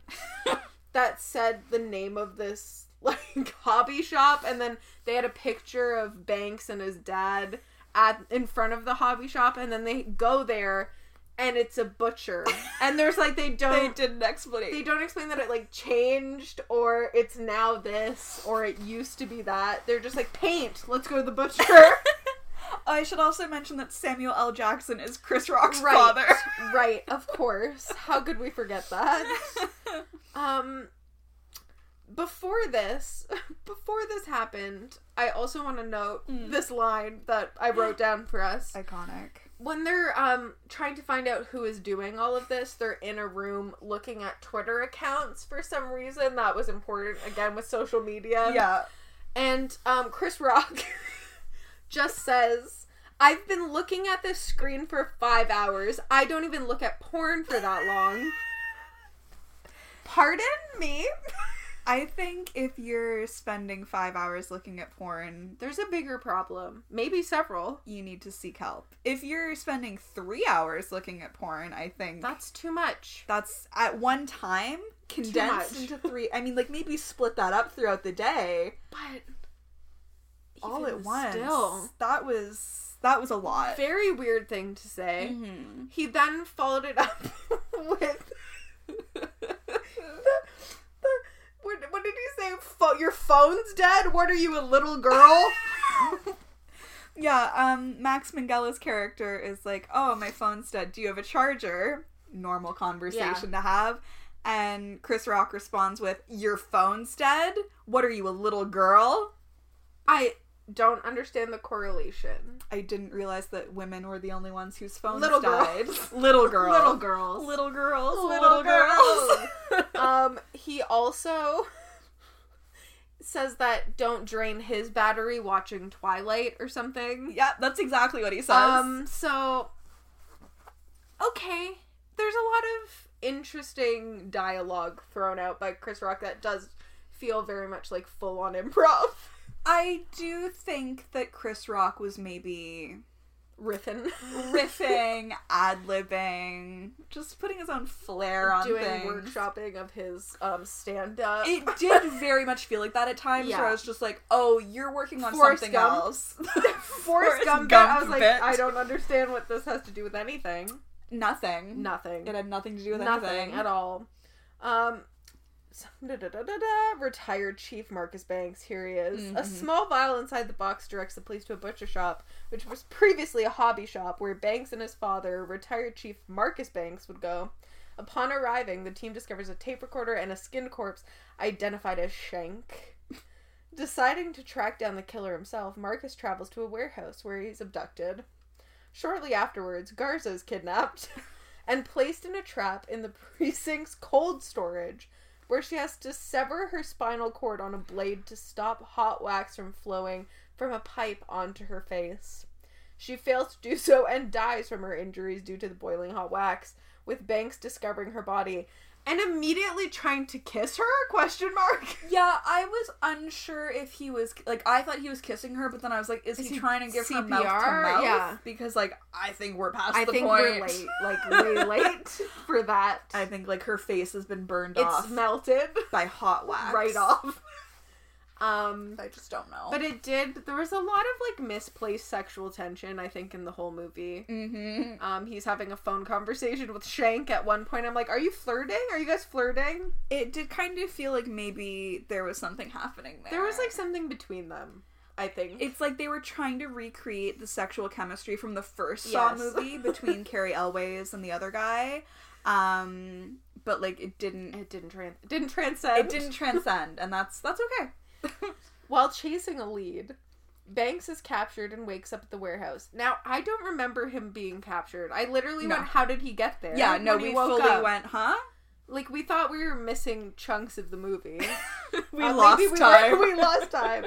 S2: that said the name of this like hobby shop and then they had a picture of Banks and his dad at in front of the hobby shop and then they go there and it's a butcher. and there's like they
S1: they
S2: don't
S1: did an explanation.
S2: they don't explain that it like changed or it's now this or it used to be that. They're just like paint, let's go to the butcher.
S1: I should also mention that Samuel L. Jackson is Chris Rock's
S2: Right.
S1: father.
S2: right, of course. How could we forget that? Um before this, before this happened, I also want to note
S1: Mm.
S2: this line that I wrote down for us.
S1: Iconic.
S2: When they're um trying to find out who is doing all of this, they're in a room looking at Twitter accounts for some reason. That was important again with social
S1: Um,
S2: media.
S1: yeah.
S2: And um Chris Rock just says I've been looking at this screen for five hours. I don't even look at porn for that long. Pardon me?
S1: I think if you're spending five hours looking at porn,
S2: There's a bigger problem. Maybe several.
S1: you need to seek help. If you're spending three hours looking at porn, I think
S2: That's too much.
S1: that's at one time condensed
S2: much.
S1: into three. I mean, like maybe split that up throughout the day,
S2: But
S1: all
S2: even
S1: at once.
S2: Still,
S1: That was that was a lot.
S2: very weird thing to say.
S1: Mhm.
S2: He then followed it up with the, the, what, what did he say? Pho- your phone's dead? What are you, a little girl?
S1: Yeah, um, Max Mangela's character is like, "Oh, my phone's dead. Do you have a charger?" Normal conversation to have. And Chris Rock responds with, "Your phone's dead. What are you, a little girl?"
S2: I don't understand the correlation.
S1: I didn't realize that women were the only ones whose phones
S2: Little
S1: died.
S2: girls.
S1: little girl.
S2: Little girls.
S1: Little girls. Little,
S2: Little
S1: girls.
S2: um, he also says that don't drain his battery watching Twilight or something.
S1: yeah, that's exactly what he says.
S2: Um, so okay, there's a lot of interesting dialogue thrown out by Chris Rock that does feel very much like full on improv.
S1: I do think that Chris Rock was maybe
S2: Riffin.
S1: riffing, ad libbing, just putting his own flair on
S2: doing
S1: things.
S2: workshopping of his um stand up.
S1: It did very much feel like that at times where
S2: Yeah.
S1: I was just like, oh, you're working on
S2: Forrest
S1: something
S2: Gump.
S1: else.
S2: Forrest Gump. bit, I was like, I don't understand what this has to do with anything.
S1: Nothing.
S2: Nothing.
S1: It had nothing to do with
S2: Nothing
S1: anything.
S2: at all. Um, so- da-da-da-da-da, retired chief Marcus Banks. Here he is. A
S1: Mhm.
S2: small vial inside the box directs the police to a butcher shop, which was previously a hobby shop where Banks and his father, retired chief Marcus Banks, would go. Upon arriving, the team discovers a tape recorder and a skin corpse identified as Shank. Deciding to track down the killer himself, Marcus travels to a warehouse where he's abducted. Shortly afterwards, Garza is kidnapped and placed in a trap in the precinct's cold storage, where she has to sever her spinal cord on a blade to stop hot wax from flowing from a pipe onto her face. She fails to do so and dies from her injuries due to the boiling hot wax, with Banks discovering her body and immediately trying to kiss her? Question mark.
S1: Yeah, I was unsure if he was like I thought he was kissing her, but then I was like, is,
S2: Is
S1: he,
S2: he
S1: trying to give her mouth to
S2: CPR?
S1: mouth?
S2: Yeah.
S1: because like I think we're past
S2: I
S1: the
S2: think
S1: point.
S2: we're late, like way late for that.
S1: I think like her face has been burned
S2: it's
S1: off
S2: melted
S1: by hot wax.
S2: right off. Um,
S1: I just don't know.
S2: But it did. There was a lot of like misplaced sexual tension, I think, in the whole movie.
S1: mm-hmm.
S2: Um, he's having a phone conversation with Shank at one point. I'm like, "Are you flirting? Are you guys flirting?"
S1: it did kind of feel like maybe there was something happening there.
S2: There was like something between them. I think.
S1: it's like they were trying to recreate the sexual chemistry from the first Saw
S2: Yes.
S1: movie between Carrie Elways and the other guy. Um but like it didn't
S2: it didn't trans. It didn't transcend.
S1: it didn't transcend and that's that's okay.
S2: While chasing a lead, Banks is captured and wakes up at the warehouse. Now I don't remember him being captured. I literally
S1: No.
S2: went, "How did he get there?"
S1: Yeah, no,
S2: when he
S1: we
S2: woke
S1: fully
S2: up.
S1: went, huh?
S2: Like we thought we were missing chunks of the movie.
S1: We
S2: Uh,
S1: lost
S2: maybe we were-
S1: time.
S2: we lost time.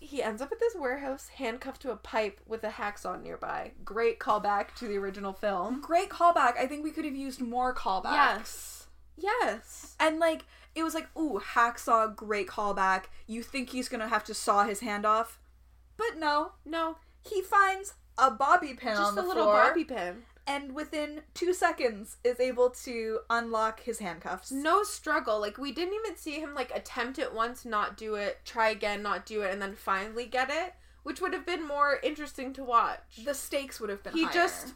S2: He ends up at this warehouse, handcuffed to a pipe with a hacksaw nearby. Great callback to the original film.
S1: Great callback. I think we could have used more callbacks.
S2: Yes. Yes.
S1: And like it was like, ooh, hacksaw, great callback. You think he's gonna have to saw his hand off, but no.
S2: No,
S1: He finds a bobby pin
S2: just
S1: on the
S2: a little
S1: floor,
S2: bobby pin.
S1: and within two seconds is able to unlock his handcuffs.
S2: No struggle. Like we didn't even see him like attempt it once, not do it, try again, not do it, and then finally get it, which would have been more interesting to watch.
S1: The stakes would have been.
S2: He
S1: higher.
S2: just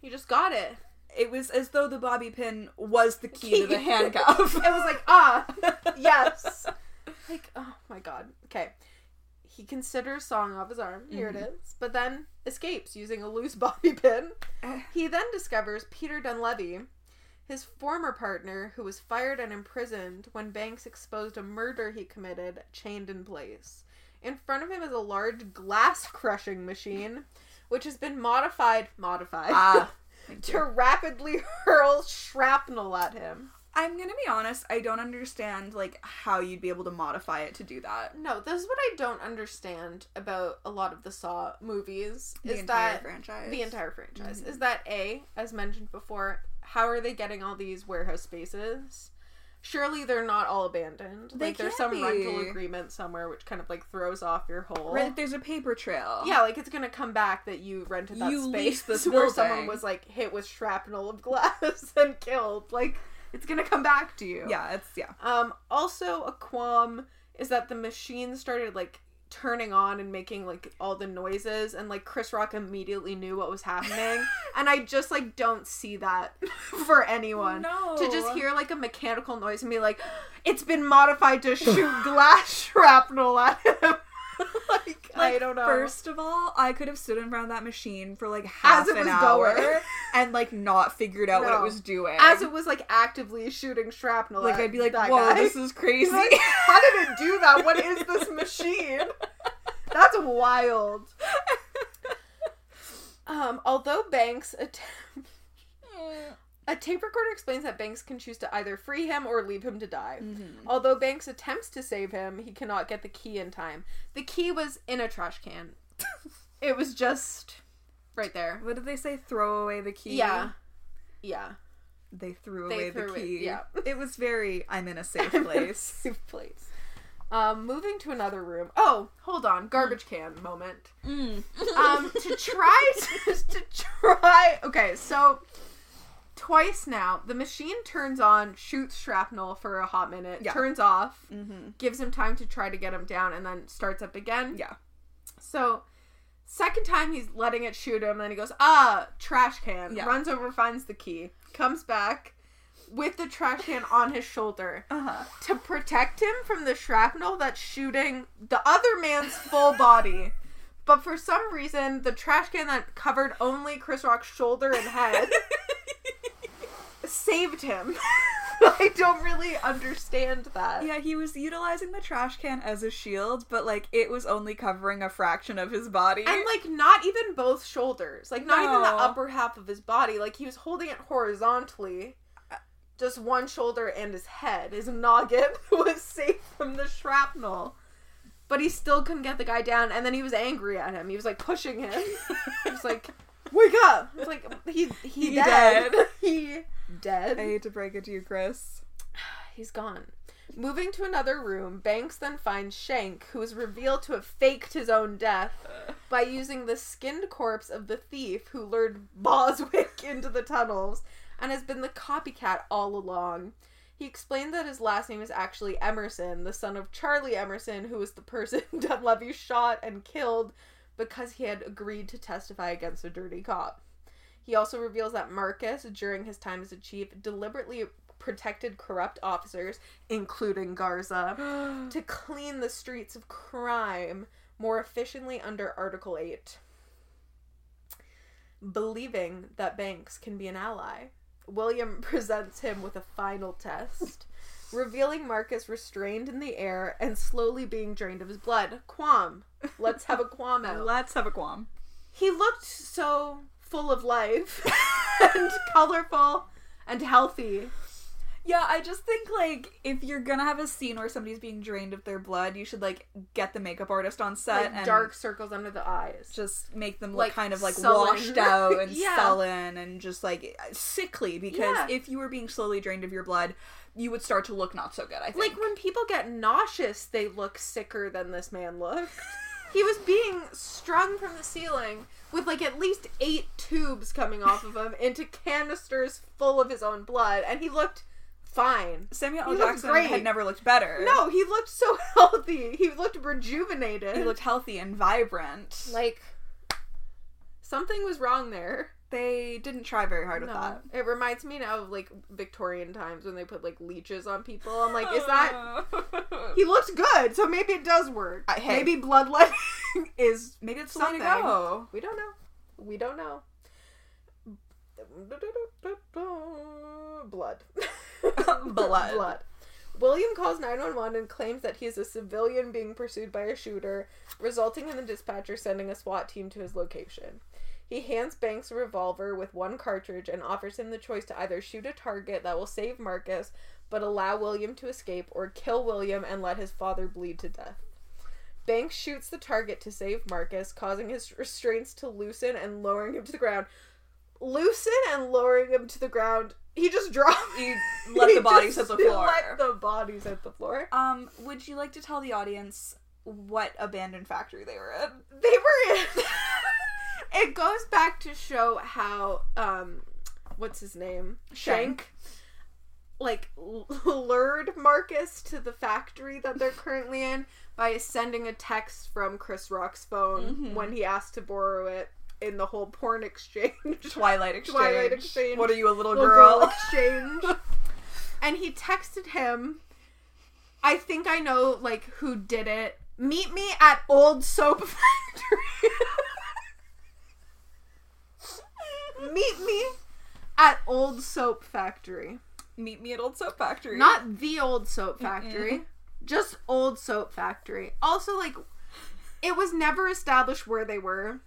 S2: he just got it.
S1: It was as though the bobby pin was the key to the
S2: Key.
S1: handcuff.
S2: It was like, ah, yes. Like, oh my god. Okay. He considers sawing off his arm. Here it is. But then escapes using a loose bobby pin.
S1: Eh.
S2: He then discovers Peter Dunlevy, his former partner, who was fired and imprisoned when Banks exposed a murder he committed, chained in place. In front of him is a large glass crushing machine, which has been modified, modified,
S1: ah.
S2: to rapidly hurl shrapnel at him.
S1: I'm gonna be honest, I don't understand like how you'd be able to modify it to do that.
S2: No, this is what I don't understand about a lot of the Saw movies
S1: The
S2: is
S1: entire
S2: that
S1: franchise.
S2: the entire franchise
S1: Mhm.
S2: is that a as mentioned before, how are they getting all these warehouse spaces? Surely they're not all abandoned.
S1: They
S2: like there's
S1: can't
S2: some rental
S1: be.
S2: agreement somewhere which kind of like throws off your whole
S1: Right, there's a paper trail.
S2: Yeah, like it's gonna come back that you rented that
S1: You
S2: space
S1: leased this
S2: where someone
S1: building.
S2: was like hit with shrapnel of glass and killed. Like it's gonna come back to you.
S1: Yeah, it's yeah.
S2: Um, also, a qualm is that the machine started like turning on and making like all the noises, and like Chris Rock immediately knew what was happening, and I just like don't see that for anyone.
S1: No.
S2: To just hear like a mechanical noise and be like, it's been modified to shoot glass shrapnel at him. like, I
S1: Like,
S2: don't know.
S1: First of all, I could have stood in front of that machine for like half
S2: it
S1: an
S2: was
S1: hour
S2: going.
S1: and like not figured out what
S2: No.
S1: it was doing.
S2: as it was like actively shooting shrapnel,
S1: like
S2: at
S1: I'd be like,
S2: that
S1: "Whoa,
S2: guy."
S1: this is crazy."
S2: Like, how did it do that? What is this machine? That's wild. Um, although Banks, a, t- a tape recorder explains that Banks can choose to either free him or leave him to die.
S1: Mhm.
S2: Although Banks attempts to save him, he cannot get the key in time. The key was in a trash can. it was just right there.
S1: What did they say? Throw away the key.
S2: Yeah. Yeah.
S1: they threw
S2: They
S1: away
S2: threw
S1: the
S2: it-
S1: key.
S2: yeah.
S1: it was very. I'm in a safe place.
S2: Safe place. Um, moving to another room. Oh, hold on. Garbage can moment.
S1: Mm.
S2: um to try to, to try okay so twice now the machine turns on shoots shrapnel for a hot minute
S1: Yeah.
S2: turns off
S1: mm-hmm.
S2: gives him time to try to get him down and then starts up again
S1: Yeah.
S2: so second time he's letting it shoot him and then he goes ah trash can
S1: Yeah.
S2: runs over finds the key comes back with the trash can on his shoulder
S1: Uh huh.
S2: to protect him from the shrapnel that's shooting the other man's full body. But for some reason, the trash can that covered only Chris Rock's shoulder and head saved him. I don't really understand that.
S1: Yeah, he was utilizing the trash can as a shield, but like it was only covering a fraction of his body.
S2: And like not even both shoulders, like not even the
S1: No.
S2: upper half of his body. Like he was holding it horizontally. Just one shoulder and his head, his noggin was safe from the shrapnel. But he still couldn't get the guy down, and then he was angry at him. He was like pushing him. he was like, "Wake up!" It's like he he,
S1: He
S2: dead. he dead.
S1: I hate to break it to you, Chris.
S2: He's gone. Moving to another room, Banks then finds Shank, who is revealed to have faked his own death by using the skinned corpse of the thief who lured Boswick into the tunnels and has been the copycat all along. He explained that his last name is actually Emerson, the son of Charlie Emerson, who was the person Dunleavy shot and killed because he had agreed to testify against a dirty cop. He also reveals that Marcus, during his time as a chief, deliberately protected corrupt officers, including Garza, to clean the streets of crime more efficiently under Article 8. Believing that Banks can be an ally, William presents him with a final test, revealing Marcus restrained in the air and slowly being drained of his blood. Quam. Let's have a quam out.
S1: Let's have a qualm.
S2: He looked so full of life and colorful and healthy.
S1: Yeah, I just think like if you're gonna have a scene where somebody's being drained of their blood, you should like get the makeup artist on set
S2: Like
S1: and
S2: dark circles under the eyes.
S1: just make them look
S2: Like,
S1: kind of like
S2: sullen.
S1: washed out and
S2: Yeah.
S1: sullen and just like sickly because
S2: Yeah.
S1: if you were being slowly drained of your blood, you would start to look not so good. I think.
S2: Like when people get nauseous, they look sicker than this man looked. he was being strung from the ceiling with like at least eight tubes coming off of him into canisters full of his own blood, and he looked fine.
S1: Samuel
S2: He
S1: L.
S2: looked
S1: Jackson
S2: great.
S1: had never looked better.
S2: No, he looked so healthy. He looked rejuvenated.
S1: he looked healthy and vibrant.
S2: like something was wrong there.
S1: they didn't try very hard with that.
S2: It reminds me now of like Victorian times when they put like leeches on people. I'm like, is that He looks good, so maybe it does work.
S1: I- hey.
S2: Maybe bloodletting is.
S1: maybe it's
S2: something.
S1: something? Way to go.
S2: We don't know. We don't know. Blood.
S1: Blood.
S2: Blood. William calls 911 and claims that he is a civilian being pursued by a shooter, resulting in the dispatcher sending a SWAT team to his location. He hands Banks a revolver with one cartridge and offers him the choice to either shoot a target that will save Marcus but allow William to escape or kill William and let his father bleed to death. Banks shoots the target to save Marcus, causing his restraints to loosen and lowering him to the ground. Loosen and lowering him to the ground. He just dropped.
S1: You let the bodies hit
S2: just
S1: the floor.
S2: Let the bodies hit the floor.
S1: Um, would you like to tell the audience what abandoned factory they were in?
S2: They were in. it goes back to show how um, what's his name
S1: Shank.
S2: like l- lured Marcus to the factory that they're currently in by sending a text from Chris Rock's phone
S1: Mhm.
S2: when he asked to borrow it in the whole porn exchange
S1: Twilight Exchange.
S2: Twilight Exchange.
S1: What are you, a little,
S2: little
S1: girl?
S2: girl exchange. and he texted him, I think I know like who did it. Meet me at old soap factory. Meet me at old soap factory.
S1: Meet me at Old Soap Factory.
S2: Not the old soap factory. Just old soap factory. Also, like, it was never established where they were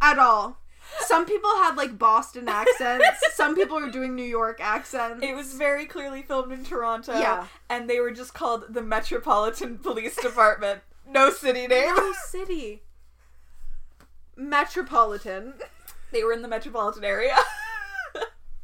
S2: at all. Some people had like Boston accents. Some people were doing New York accents.
S1: It was very clearly filmed in Toronto.
S2: Yeah.
S1: And they were just called the Metropolitan Police Department. No city name.
S2: No city. Metropolitan.
S1: They were in the metropolitan area.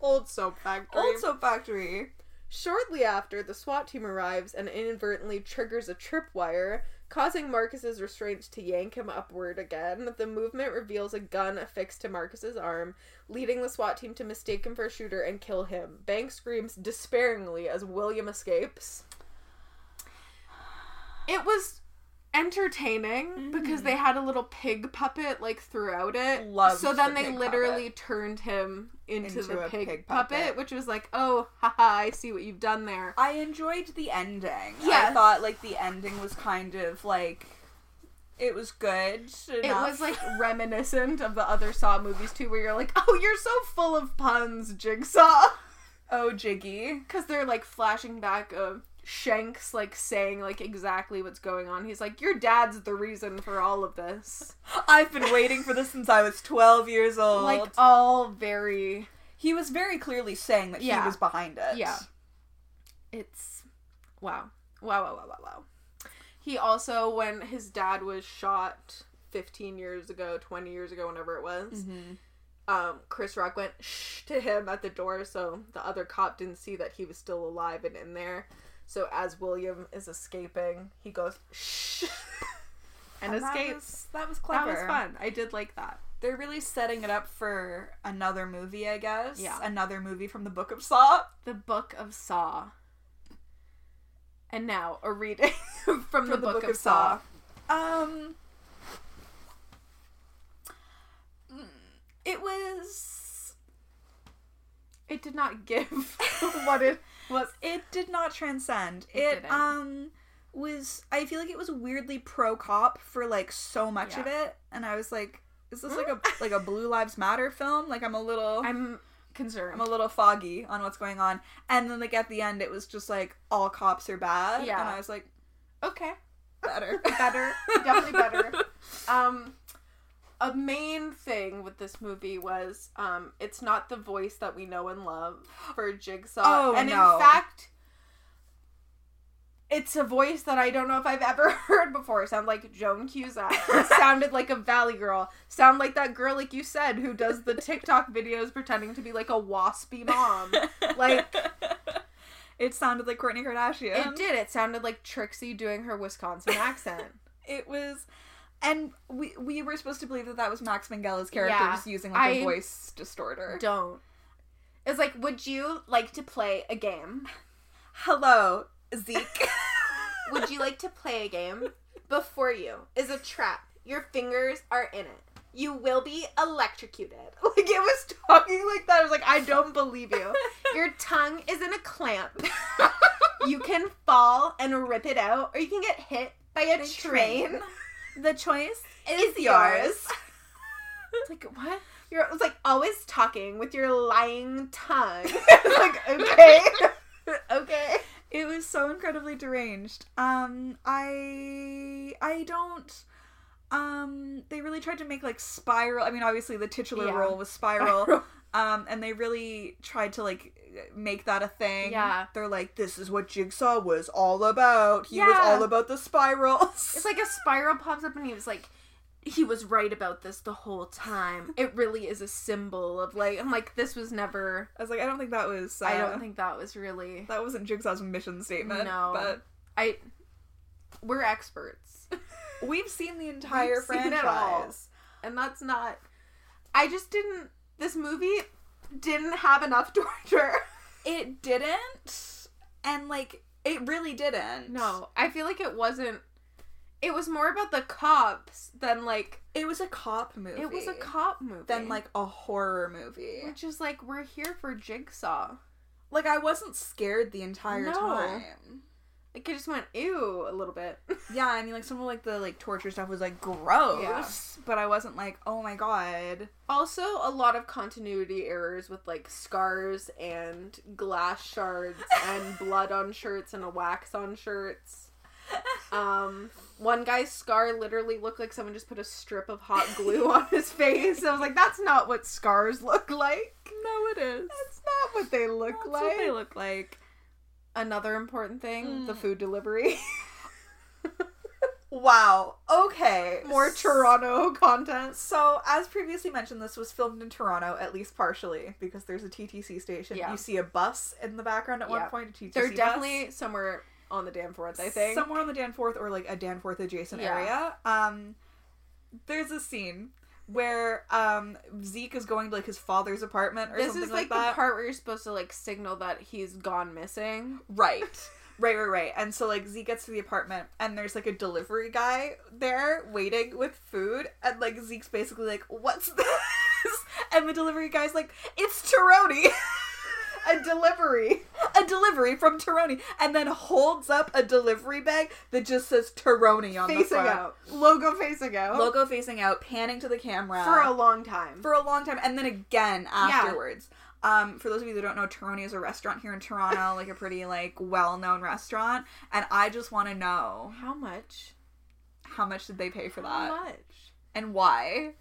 S2: Old soap factory.
S1: Old Soap Factory.
S2: Shortly after, the SWAT team arrives and inadvertently triggers a tripwire, causing Marcus's restraints to yank him upward again. The movement reveals a gun affixed to Marcus's arm, leading the SWAT team to mistake him for a shooter and kill him. Banks screams despairingly as William escapes. It was entertaining because
S1: Mm-hmm.
S2: they had a little pig puppet like throughout it.
S1: Loved
S2: so then
S1: the
S2: they
S1: pig
S2: literally turned him into,
S1: Into
S2: the
S1: a
S2: pig,
S1: pig
S2: puppet,
S1: puppet.
S2: which was like, oh, haha, I see what you've done there.
S1: I enjoyed the ending.
S2: Yes.
S1: I thought like the ending was kind of like it was good.
S2: It was like reminiscent of the other Saw movies too, where you're like, oh, you're so full of puns, Jigsaw.
S1: oh jiggy.
S2: Because they're like flashing back of Shanks, like saying like exactly what's going on. He's like, your dad's the reason for all of this.
S1: I've been waiting for this since I was 12 years old.
S2: Like, all very.
S1: he was very clearly saying that
S2: Yeah.
S1: he was behind it.
S2: Yeah. It's. Wow. Wow, wow, wow, wow, wow. He also, when his dad was shot 15 years ago, 20 years ago, whenever it was, um, Chris Rock went shh to him at the door, so the other cop didn't see that he was still alive and in there. So as William is escaping, he goes shh and,
S1: That
S2: escapes.
S1: was, that was
S2: That
S1: clever.
S2: was, fun. I did like that.
S1: They're really setting it up for another movie, I guess.
S2: Yeah.
S1: Another movie from the Book of Saw.
S2: The Book of Saw. And now a reading from, the, Book, of, Saw.
S1: Um, it was.
S2: It did not give what it was.
S1: It did not transcend.
S2: It
S1: It,
S2: didn't.
S1: um was. I feel like it was weirdly pro cop for like so much of it, and I was like, is this like a like a Blue Lives Matter film? Like I'm a little.
S2: I'm concerned.
S1: I'm a little foggy on what's going on. And then like at the end it was just like all cops are bad.
S2: Yeah.
S1: And I was like,
S2: okay.
S1: better.
S2: better, definitely better. Um, a main thing with this movie was um, it's not the voice that we know and love for Jigsaw,
S1: Oh,
S2: and
S1: no.
S2: in fact, it's a voice that I don't know if I've ever heard before. It sounded like Joan Cusack. It sounded like a Valley girl. Sound like that girl, like you said, who does the TikTok videos pretending to be like a waspy mom. Like
S1: it sounded like Courtney Kardashian.
S2: it did. It sounded like Trixie doing her Wisconsin accent.
S1: It was and we we were supposed to believe that that was Max Mangela's character
S2: Yeah.
S1: just using like a
S2: I-
S1: voice distorter.
S2: don't. It's like, would you like to play a game?
S1: Hello, Zeke.
S2: Would you like to play a game? Before you is a trap. Your fingers are in it. You will be electrocuted. Like it was talking like that. I was like, I don't believe you. Your tongue is in a clamp. You can fall and rip it out, or you can get hit by a
S1: The
S2: train.
S1: train the choice
S2: Is
S1: is
S2: yours.
S1: yours.
S2: It's like what? You're it's like always talking with your lying tongue. like okay, okay.
S1: It was so incredibly deranged. Um I I don't um they really tried to make like spiral i mean obviously the titular
S2: Yeah.
S1: role was spiral um and they really tried to like make that a thing
S2: Yeah.
S1: they're like this is what jigsaw was all about he was
S2: Yeah.
S1: all about the spirals
S2: It's like a spiral pops up and he was like, he was right about this the whole time. It really is a symbol of like, I'm like, this was never,
S1: i was like i don't think that was uh,
S2: I don't think that was really,
S1: that wasn't jigsaw's mission statement
S2: No.
S1: but
S2: I, we're experts.
S1: we've seen the entire
S2: We've
S1: franchise
S2: seen it all. And that's not, I just didn't, this movie didn't have enough torture.
S1: it didn't and like it really didn't
S2: No, I feel like it wasn't, it was more about the cops than like,
S1: it was a cop movie
S2: it was a cop movie.
S1: than like a horror movie
S2: which is like, we're here for Jigsaw.
S1: like i wasn't scared the entire
S2: No.
S1: time
S2: Like, I just went, ew, a little bit.
S1: yeah i mean like some of like the like torture stuff was like gross
S2: Yeah.
S1: but i wasn't like oh my god
S2: Also, a lot of continuity errors with like scars and glass shards and blood on shirts and a wax on shirts. Um, one guy's scar literally looked like someone just put a strip of hot glue on his face. I was like, that's not what scars look like.
S1: no it is
S2: That's not what they look
S1: that's
S2: like.
S1: what they look like
S2: Another important thing: the
S1: Mm.
S2: food delivery.
S1: wow okay
S2: More Toronto content.
S1: so as previously mentioned this was filmed in toronto at least partially because there's a ttc station
S2: Yeah.
S1: you see a bus in the background at
S2: Yeah.
S1: one point a ttc
S2: They're
S1: bus.
S2: definitely somewhere on the Danforth. I think.
S1: somewhere on the Danforth or like a Danforth adjacent
S2: Yeah.
S1: area. Um, there's a scene where um Zeke is going to like his father's apartment or
S2: this
S1: something
S2: is like,
S1: that.
S2: the part where you're supposed to like signal that he's gone missing.
S1: right. Right, right, right. And so like Zeke gets to the apartment and there's like a delivery guy there waiting with food and like Zeke's basically like, What's this? And the delivery guy's like, It's Taroni
S2: A delivery.
S1: a delivery from Taroni and then holds up a delivery bag that just says Taroni on the
S2: Facing
S1: front.
S2: out. Logo facing out.
S1: logo facing out, panning to the camera
S2: for a long time.
S1: for a long time, and then again afterwards. Um, for those of you that don't know, Taroni is a restaurant here in Toronto, like a pretty like well-known restaurant, and I just want to know
S2: how much?
S1: how much did they pay for
S2: How
S1: that
S2: much?
S1: and why?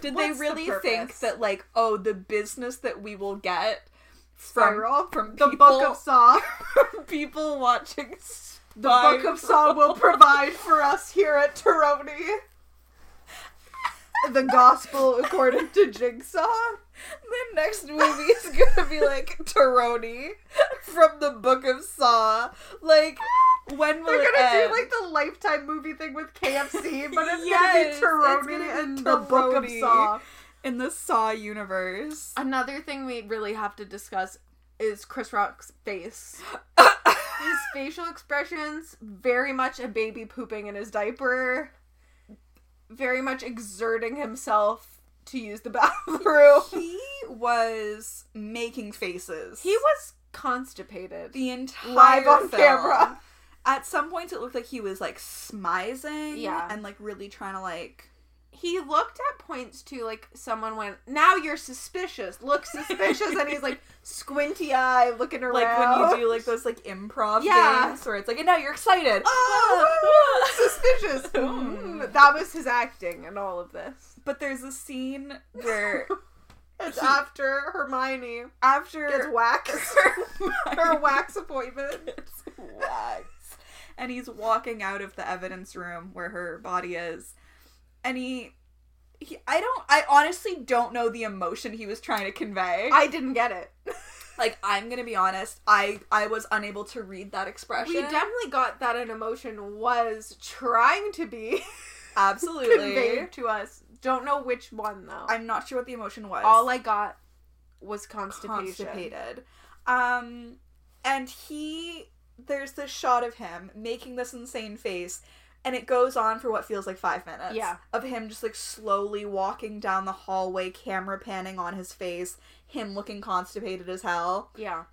S1: Did
S2: What's
S1: they
S2: the
S1: really think
S2: purpose?
S1: that like oh the business that we will get from
S2: Spiral
S1: from
S2: The
S1: people,
S2: Book of Saw.
S1: people watching
S2: The Book of Saw will provide for us here at Taroni. the Gospel according to Jigsaw.
S1: The next movie is gonna be like Taroni from the Book of Saw. Like, when will
S2: They're
S1: it
S2: gonna
S1: end?
S2: do like the Lifetime movie thing with KFC, but it's
S1: Yes, it's
S2: gonna be
S1: gonna be
S2: Taroni and the Book of
S1: Taroni.
S2: Saw.
S1: in the Saw universe?
S2: Another thing we really have to discuss is Chris Rock's face. his facial expressions, very much a baby pooping in his diaper, very much exerting himself to use the bathroom.
S1: he was making faces.
S2: He was constipated.
S1: the entire
S2: Live on
S1: film.
S2: camera.
S1: At some points, it looked like he was like smizing,
S2: Yeah.
S1: and like really trying to like.
S2: He looked at points too, like someone went, Now you're suspicious. Look suspicious. and he's like squinty eye looking around.
S1: Like when you do like those like improv
S2: Yeah.
S1: games where it's like, and now you're excited.
S2: Oh, suspicious.
S1: Mm.
S2: Mm. That was his acting in all of this.
S1: But there's a scene where
S2: It's
S1: He-
S2: after Hermione
S1: after
S2: gets waxed. her wax appointment.
S1: wax. And he's walking out of the evidence room where her body is. And he, he I don't I honestly don't know the emotion he was trying to convey.
S2: I didn't get it.
S1: like I'm going to be honest, I I was unable to read that expression.
S2: We definitely got that an emotion was trying to be
S1: Absolutely.
S2: conveyed to us. Don't know which one though.
S1: I'm not sure what the emotion was.
S2: All I got was constipation.
S1: constipated. Um, and he, there's this shot of him making this insane face, and it goes on for what feels like five minutes.
S2: Yeah.
S1: Of him just like slowly walking down the hallway, camera panning on his face, him looking constipated as hell
S2: Yeah.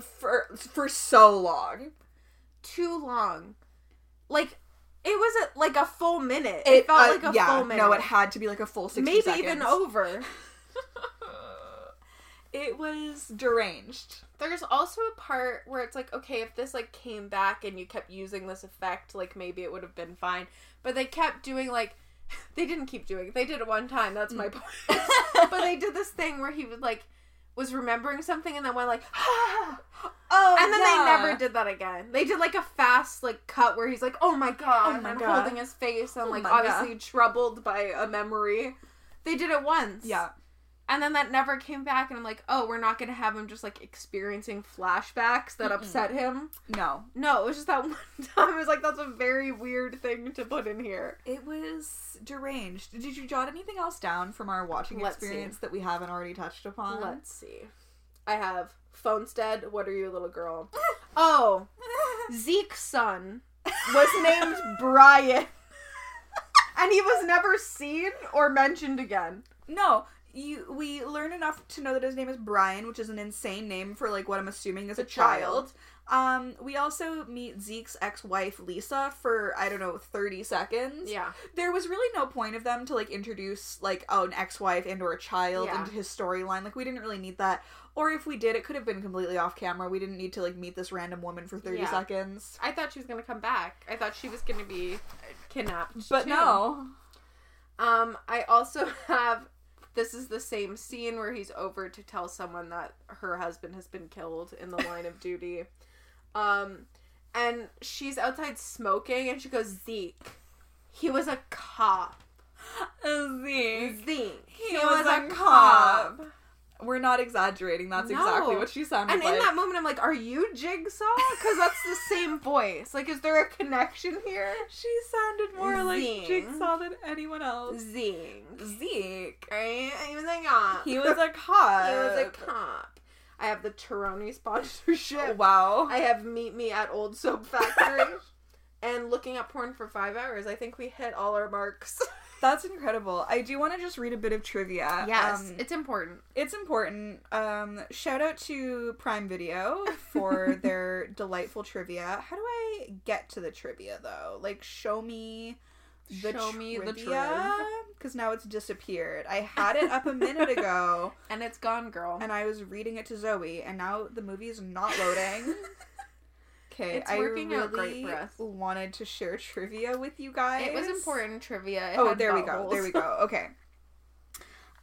S1: for for so long.
S2: Too long. Like it was a, like a full minute. It,
S1: It-
S2: felt
S1: uh,
S2: like a
S1: yeah,
S2: full minute.
S1: No, it had to be like a full sixty
S2: maybe
S1: seconds.
S2: even over.
S1: It was deranged.
S2: There's also a part where it's like, okay, if this like came back and you kept using this effect, like maybe it would have been fine. But they kept doing like They didn't keep doing it. They did it one time. That's
S1: Mm.
S2: my point. but they did this thing where he would like was remembering something and then went like
S1: oh,
S2: and then
S1: yeah.
S2: they never did that again. They did like a fast like cut where he's like, "Oh my god,"
S1: Oh my
S2: and
S1: God.
S2: holding his face and
S1: Oh
S2: like
S1: my God.
S2: obviously troubled by a memory. They did it once.
S1: Yeah,
S2: And then that never came back and I'm like, "Oh, we're not going to have him just like experiencing flashbacks that upset him."
S1: no,
S2: No, it was just that one time. I was like, "That's a very weird thing to put in here."
S1: it was deranged. Did you jot anything else down from our watching
S2: Let's see.
S1: experience that we haven't already touched upon?
S2: Let's see. I have Phone's Dead, What Are You Little Girl? oh, Zeke's son was named Brian. and he was never seen or mentioned again.
S1: No, you. We learn enough to know that his name is Brian, which is an insane name for like what I'm assuming is a,
S2: A
S1: child.
S2: child.
S1: Um, we also meet Zeke's ex-wife Lisa for I don't know thirty seconds.
S2: Yeah.
S1: There was really no point of them to like introduce like oh, an ex-wife and or a child
S2: Yeah.
S1: into his storyline. Like we didn't really need that. Or if we did, it could have been completely off camera. We didn't need to like meet this random woman for thirty
S2: Yeah.
S1: seconds.
S2: I thought she was going to come back. I thought she was going to be kidnapped.
S1: But
S2: too.
S1: no,
S2: Um, I also have this is the same scene where he's over to tell someone that her husband has been killed in the line of duty. Um, and she's outside smoking and she goes, Zeke. He was a cop.
S1: Zeke.
S2: Zeke. He,
S1: was a cop." We're not exaggerating. That's
S2: No.
S1: exactly what she sounded
S2: And
S1: like.
S2: in that moment, I'm like, are you Jigsaw? Because that's the same voice. Like, is there a connection here?
S1: She sounded more like
S2: Zing.
S1: Jigsaw than anyone else.
S2: Zeke.
S1: Zeke.
S2: Right? He was a cop.
S1: He was a cop. Oh,
S2: He was a cop. I have the Taroni sponsorship.
S1: Wow.
S2: I have Meet Me at Old Soap Factory. and looking at porn for five hours. I think we hit all our marks.
S1: That's incredible. I do want to just read a bit of trivia. Um,
S2: it's important.
S1: it's important. Um, shout out to Prime Video for their delightful trivia. How do I get to the trivia though? Like, show me the
S2: Show me the
S1: trivia because now it's disappeared. I had it up a minute ago.
S2: And it's gone, girl.
S1: and I was reading it to Zoe, and now the movie is not loading. Okay,
S2: It's
S1: I
S2: working
S1: really
S2: out great for us.
S1: wanted to share trivia with you guys.
S2: it was important trivia. It
S1: Oh,
S2: had
S1: there we go.
S2: buttholes.
S1: There we go. Okay.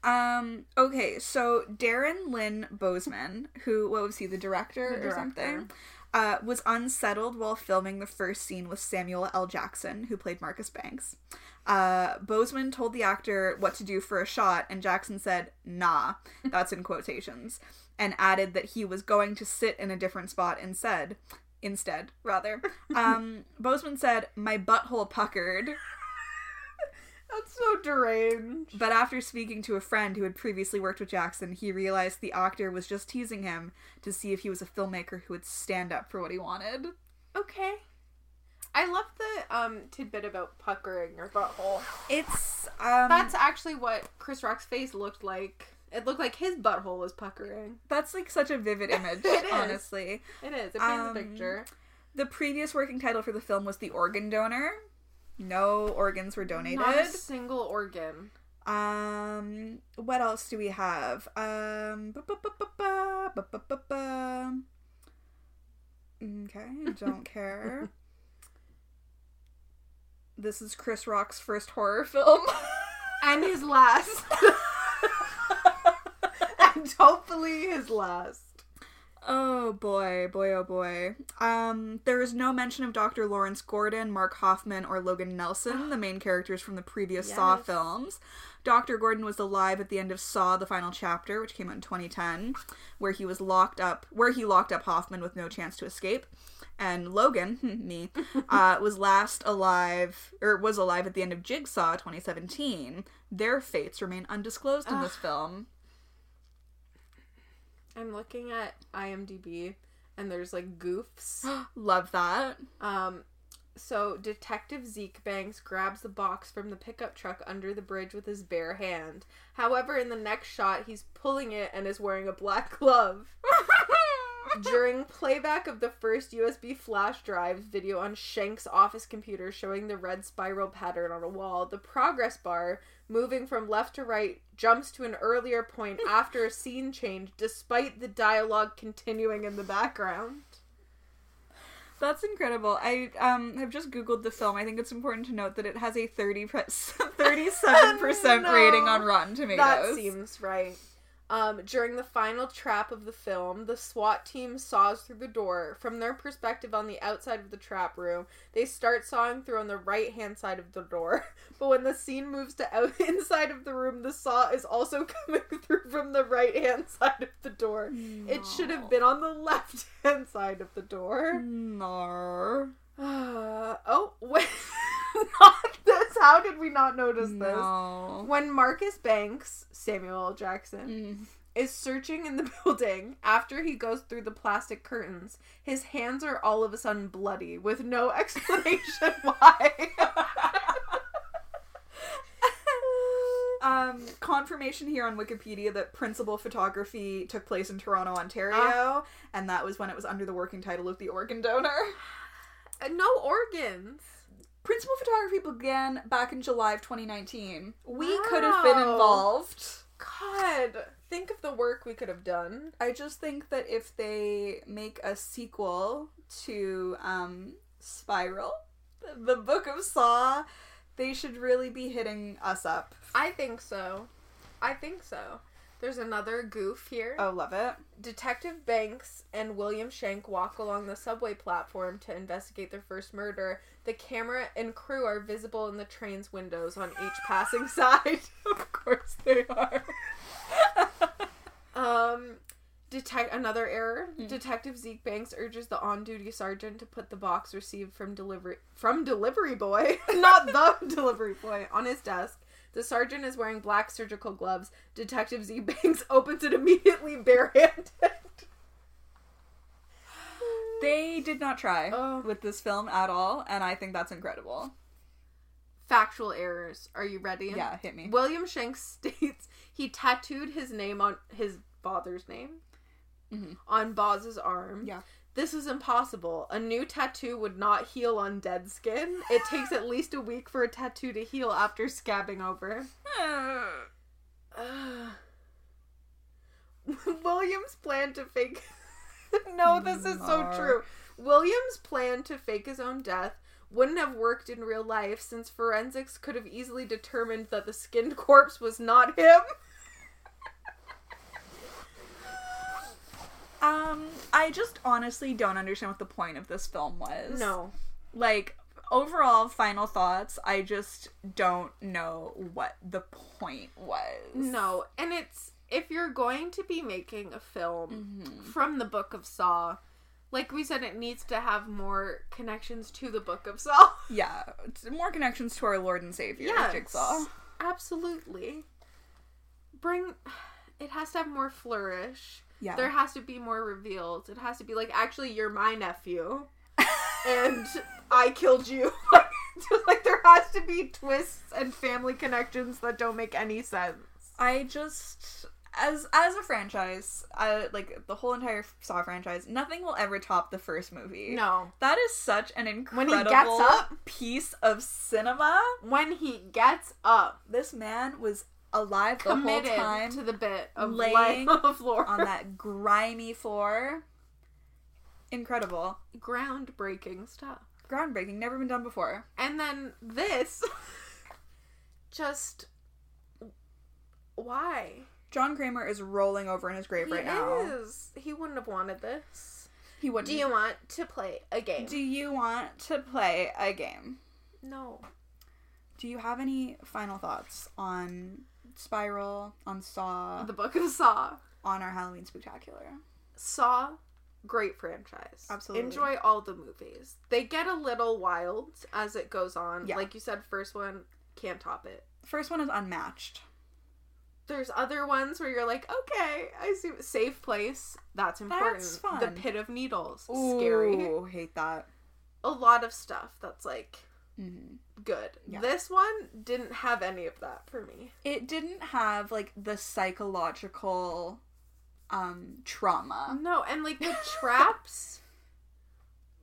S1: Um. Okay. So Darren Lynn Bozeman, who what was he, the director
S2: The
S1: or
S2: director.
S1: something, uh, was unsettled while filming the first scene with Samuel L. Jackson, who played Marcus Banks. Uh, Bozeman told the actor what to do for a shot, and Jackson said, "Nah," that's in quotations, and added that he was going to sit in a different spot and said, instead, rather. Um, Bozeman said, "My butthole puckered."
S2: That's so deranged.
S1: But after speaking to a friend who had previously worked with Jackson, he realized the actor was just teasing him to see if he was a filmmaker who would stand up for what he wanted.
S2: Okay. I love the um tidbit about puckering your butthole.
S1: It's um
S2: That's actually what Chris Rock's face looked like. It looked like his butthole was puckering.
S1: that's like such a vivid image,
S2: It is.
S1: honestly.
S2: It is. It paints
S1: Um,
S2: a picture.
S1: The previous working title for the film was The Organ Donor. No organs were donated.
S2: Not a single organ.
S1: Um, what else do we have? Um, ba- ba- ba- ba- ba- ba- ba- ba- ba. okay, don't care. This is Chris Rock's first horror film.
S2: And his last. and hopefully his last.
S1: oh boy, boy, oh boy. Um, there is no mention of Dr. Lawrence Gordon, Mark Hoffman, or Logan Nelson, the main characters from the previous Saw
S2: Yes.
S1: films. Dr. Gordon was alive at the end of Saw, the final chapter, which came out in 2010, where he was locked up, where he locked up Hoffman with no chance to escape. And Logan, me, uh, was last alive, or was alive at the end of Jigsaw 2017. Their fates remain undisclosed in this film.
S2: I'm looking at IMDb and there's like goofs.
S1: Love that.
S2: Um, so Detective Zeke Banks grabs the box from the pickup truck under the bridge with his bare hand. However, in the next shot, he's pulling it and is wearing a black glove. During playback of the first USB flash drive's video on Shank's office computer showing the red spiral pattern on a wall, the progress bar, moving from left to right, jumps to an earlier point after a scene change, despite the dialogue continuing in the background.
S1: That's incredible. I um have just googled the film. I think it's important to note that it has a 30 37 percent
S2: No.
S1: rating on Rotten Tomatoes.
S2: That seems right. Um, during the final trap of the film, the SWAT team saws through the door. From their perspective on the outside of the trap room, they start sawing through on the right hand side of the door. But when the scene moves to out inside of the room, the saw is also coming through from the right hand side of the door. It should have been on the left hand side of the door.
S1: No.
S2: Uh, oh, wait. not this. How did we not notice this?
S1: No.
S2: When Marcus Banks, Samuel L. Jackson,
S1: Mm.
S2: is searching in the building after he goes through the plastic curtains, his hands are all of a sudden bloody with no explanation why.
S1: Um, confirmation here on Wikipedia that principal photography took place in Toronto, Ontario, and that was when it was under the working title of the organ donor.
S2: Uh, no organs.
S1: Principal photography began back in July of 2019. We could have been
S2: Wow.
S1: involved.
S2: God, think of the work we could have done.
S1: I just think that if they make a sequel to um, Spiral, the Book of Saw, they should really be hitting us up.
S2: I think so. I think so. There's another goof here.
S1: Oh, love it.
S2: Detective Banks and William Shank walk along the subway platform to investigate their first murder. The camera and crew are visible in the train's windows on each passing side.
S1: Of course they are.
S2: Um, detect another error.
S1: Mm.
S2: Detective Zeke Banks urges the on-duty sergeant to put the box received from delivery from delivery boy, not the delivery boy, on his desk. The sergeant is wearing black surgical gloves. Detective Z Banks opens it immediately barehanded.
S1: They did not try
S2: Oh.
S1: with this film at all, and I think that's incredible.
S2: Factual errors. Are you ready?
S1: Yeah, hit me.
S2: William Shanks states he tattooed his name on his father's name
S1: Mhm.
S2: on Boz's arm.
S1: Yeah.
S2: This is impossible. A new tattoo would not heal on dead skin. It takes at least a week for a tattoo to heal after scabbing over. Ugh. William's plan to fake. no, this is so
S1: Nar.
S2: true. William's plan to fake his own death wouldn't have worked in real life since forensics could have easily determined that the skinned corpse was not him.
S1: Um, I just honestly don't understand what the point of this film was.
S2: No.
S1: Like, overall, final thoughts, I just don't know what the point was.
S2: No. And it's if you're going to be making a film
S1: Mhm.
S2: from the Book of Saw, like we said, it needs to have more connections to the Book of Saw.
S1: Yeah, it's more connections to our Lord and Savior,
S2: Yes.
S1: Jigsaw.
S2: Absolutely. Bring it has to have more flourish.
S1: Yeah.
S2: There has to be more reveals. It has to be like actually you're my nephew and I killed you. Just, like there has to be twists and family connections that don't make any sense.
S1: I just as as a franchise, I, like the whole entire Saw franchise, nothing will ever top the first movie.
S2: No.
S1: That is such an
S2: When
S1: incredible
S2: he gets up,
S1: piece of cinema.
S2: when he gets up,
S1: This man was alive the whole
S2: committed
S1: time
S2: to the bit of
S1: laying
S2: laying on the floor.
S1: on that grimy floor. Incredible.
S2: groundbreaking stuff.
S1: Groundbreaking, never been done before.
S2: And then this just why?
S1: John Kramer is rolling over in his grave
S2: He
S1: right now.
S2: is. He wouldn't have wanted this.
S1: He wouldn't.
S2: Do you want to play a game?
S1: Do you want to play a game?
S2: no.
S1: Do you have any final thoughts on Spiral, on Saw,
S2: The Book of Saw.
S1: on our Halloween Spectacular?
S2: Saw, great franchise.
S1: Absolutely.
S2: Enjoy all the movies. They get a little wild as it goes on.
S1: Yeah.
S2: Like you said, first one can't top it.
S1: First one is unmatched.
S2: There's other ones where you're like, okay, I see. Safe place. That's important.
S1: That's
S2: The
S1: fun.
S2: Pit of Needles. Scary.
S1: Ooh, hate that.
S2: A lot of stuff that's like
S1: Mhm.
S2: good.
S1: Yeah.
S2: This one didn't have any of that for me.
S1: It didn't have like the psychological um trauma.
S2: No, and like the traps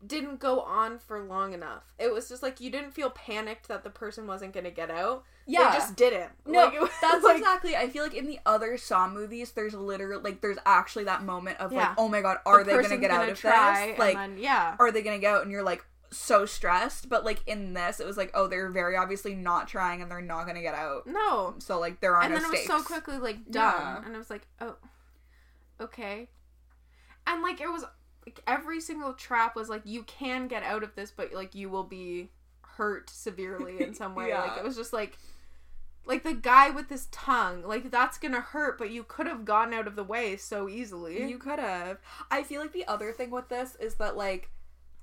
S2: didn't go on for long enough. It was just like you didn't feel panicked that the person wasn't going to get out.
S1: Yeah.
S2: They just didn't.
S1: No,
S2: Like, it was
S1: that's
S2: like-
S1: exactly. I feel like in the other Saw movies, there's literally like there's actually that moment of
S2: Yeah.
S1: like, oh my god, are
S2: the
S1: they gonna
S2: person's
S1: get out of
S2: try,
S1: this?
S2: and
S1: Like,
S2: then- yeah.
S1: are they gonna go? And you're like so stressed. But like in this, it was like, oh, they're very obviously not trying, and they're not gonna get out.
S2: No.
S1: So like there are
S2: and
S1: no
S2: then it was
S1: stakes.
S2: so quickly like done
S1: Yeah.
S2: and i was like oh okay and like it was like every single trap was like you can get out of this but like you will be hurt severely in some way like
S1: Yeah.
S2: it was just like like the guy with his tongue like that's gonna hurt but you could have gotten out of the way so easily
S1: You could have. I feel like the other thing with this is that like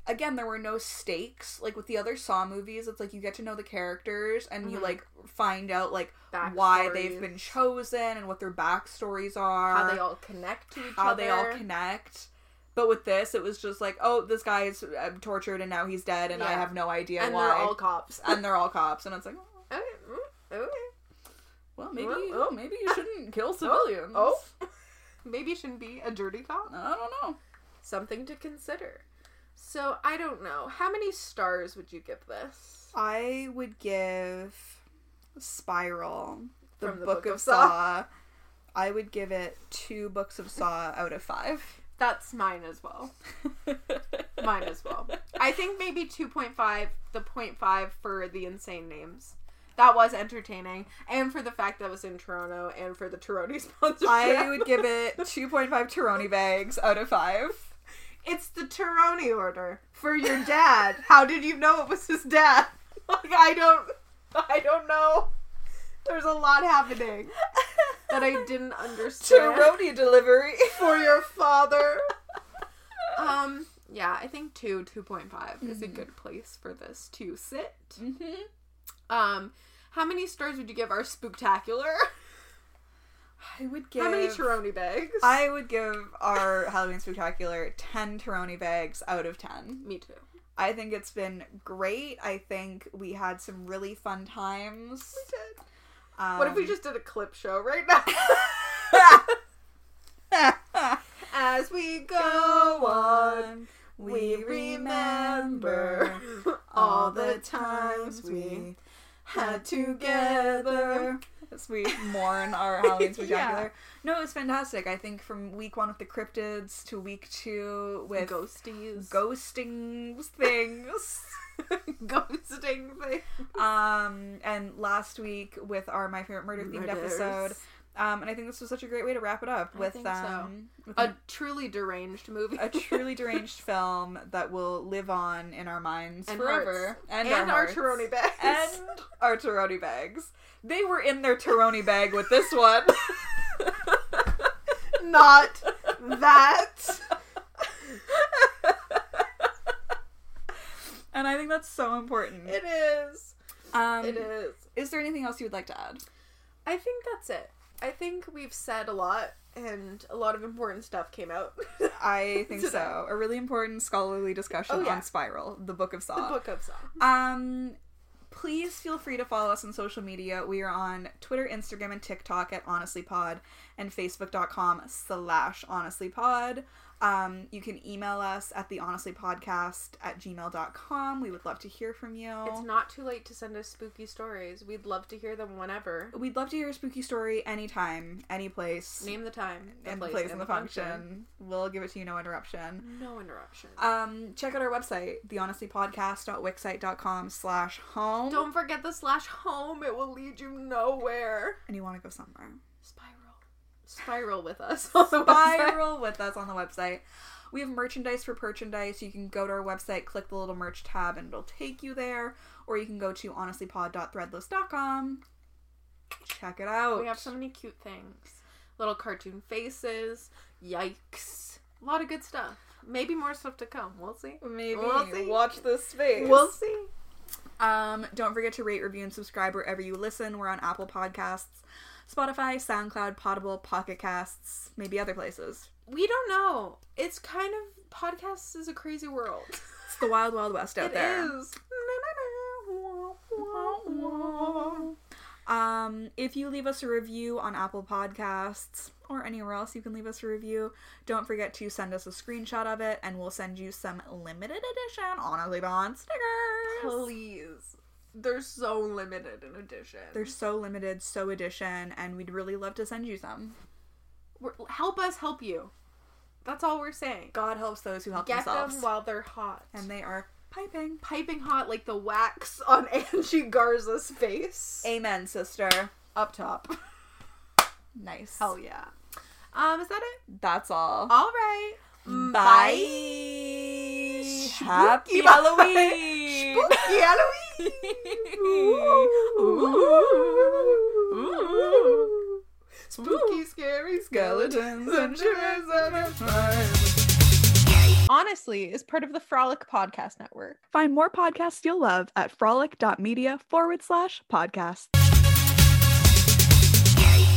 S1: again there were no stakes like with the other saw movies it's like you get to know the characters and you
S2: Mhm.
S1: like find out like why they've
S2: Backstories,
S1: been chosen and what their backstories are
S2: how they all connect to each
S1: how
S2: other
S1: they all connect. But with this, it was just like, oh, this guy is uh, tortured and now he's dead, and I
S2: Yeah.
S1: have no idea
S2: and
S1: why.
S2: they're all cops
S1: and they're all cops, and it's like, oh,
S2: okay mm, okay
S1: well, maybe,
S2: Oh, oh.
S1: maybe you shouldn't kill civilians.
S2: oh maybe you shouldn't be a dirty cop
S1: I don't know.
S2: something to consider. So I don't know. How many stars would you give this?
S1: I would give Spiral, the,
S2: From the
S1: Book,
S2: Book
S1: of
S2: of
S1: Saw. I would give it two books of Saw out of five.
S2: That's mine as well. Mine as well. I think maybe 2.5, the 0.5 for the insane names. That was entertaining. And for the fact that it was in Toronto and for the Toronto sponsorship.
S1: I would give it 2.5 Taroni bags out of five.
S2: It's the Toronto order for your dad. How did you know it was his dad? Like I don't I don't know. There's a lot happening that I didn't understand.
S1: Taroni delivery.
S2: for your father. um, yeah, I think two, two point five is a good place for this to sit.
S1: mm-hmm.
S2: Um, how many stars would you give our spooktacular?
S1: I would give.
S2: How many Taroni bags?
S1: I would give our Halloween Spectacular 10 Taroni bags out of 10.
S2: Me too.
S1: I think it's been great. I think we had some really fun times. Um,
S2: what if we just did a clip show right now? As we go
S1: go
S2: on,
S1: on? We remember
S2: all the times we
S1: had together. As we mourn our Halloween Spectacular. No, it was fantastic. I think from week one with the cryptids to week two with
S2: ghosties,
S1: ghosting things.
S2: ghosting thing.
S1: um, and last week with our My Favorite Murder themed
S2: Murders.
S1: episode. Um, and I think this was such a great way to wrap it up
S2: I
S1: with
S2: think so.
S1: um with
S2: a truly deranged movie.
S1: a truly deranged film that will live on in our minds
S2: And
S1: forever
S2: hearts. and, our
S1: hearts.
S2: Taroni bags.
S1: and our Taroni bags. They were in their Taroni bag with this one.
S2: not that.
S1: and I think that's so important.
S2: It is.
S1: um,
S2: It is.
S1: Is there anything else you would like to add?
S2: I think that's it. I think we've said a lot, and a lot of important stuff came out. the
S1: I think
S2: Today.
S1: so. A really important scholarly discussion
S2: Oh, yeah.
S1: on Spiral, the Book of Saw.
S2: book of song.
S1: Um, please feel free to follow us on social media. We are on Twitter, Instagram, and TikTok at HonestlyPod and Facebook.com slash HonestlyPod. Um, you can email us at the honestlypodcast at gmail.com. We would love to hear from you.
S2: It's not too late to send us spooky stories. We'd love to hear them whenever.
S1: We'd love to hear a spooky story anytime, any place,
S2: Name the time, the
S1: and the
S2: place,
S1: place, and the function. We'll give it to you, no interruption.
S2: No interruption.
S1: Um, check out our website, thehonestlypodcast.wixsite.com slash home.
S2: Don't forget the slash home. It will lead you nowhere.
S1: And you want to go somewhere.
S2: Spiral. Spiral with us. on the website.
S1: spiral with us on the website. We have merchandise for merchandise. You can go to our website, click the little merch tab, and it'll take you there. Or you can go to honestlypod.threadless.com. Check it out.
S2: We have so many cute things. Little cartoon faces. Yikes. A lot of good stuff. Maybe more stuff to come. We'll see.
S1: Maybe
S2: We'll see.
S1: watch this space.
S2: We'll see.
S1: um, don't forget to rate, review, and subscribe wherever you listen. We're on Apple Podcasts, Spotify, SoundCloud, Potable, Pocket Casts, maybe other places.
S2: We don't know. It's kind of podcasts is a crazy world.
S1: It's the wild, wild west out
S2: It
S1: there.
S2: is. Na, na, na. Wah, wah, wah.
S1: Um, if you leave us a review on Apple Podcasts or anywhere else you can leave us a review, don't forget to send us a screenshot of it and we'll send you some limited edition Honestly Bond stickers.
S2: Please. They're so limited in addition.
S1: They're so limited, so edition, and we'd really love to send you some.
S2: We're, help us help you. That's all we're saying.
S1: God helps those who help
S2: Get
S1: themselves.
S2: them while they're hot.
S1: and they are piping.
S2: piping hot like the wax on Angie Garza's face.
S1: Amen, sister.
S2: Up top.
S1: Nice.
S2: Hell yeah. Um, is that it?
S1: That's all.
S2: All right. Mm,
S1: Bye.
S2: Spooky
S1: Happy Halloween.
S2: Spooky Halloween.
S1: Ooh. Ooh.
S2: Spooky, scary
S1: Skeletons and shivers and a
S2: Honestly, is part of the Frolic Podcast Network.
S1: Find more podcasts you'll love at frolic.media forward slash podcasts.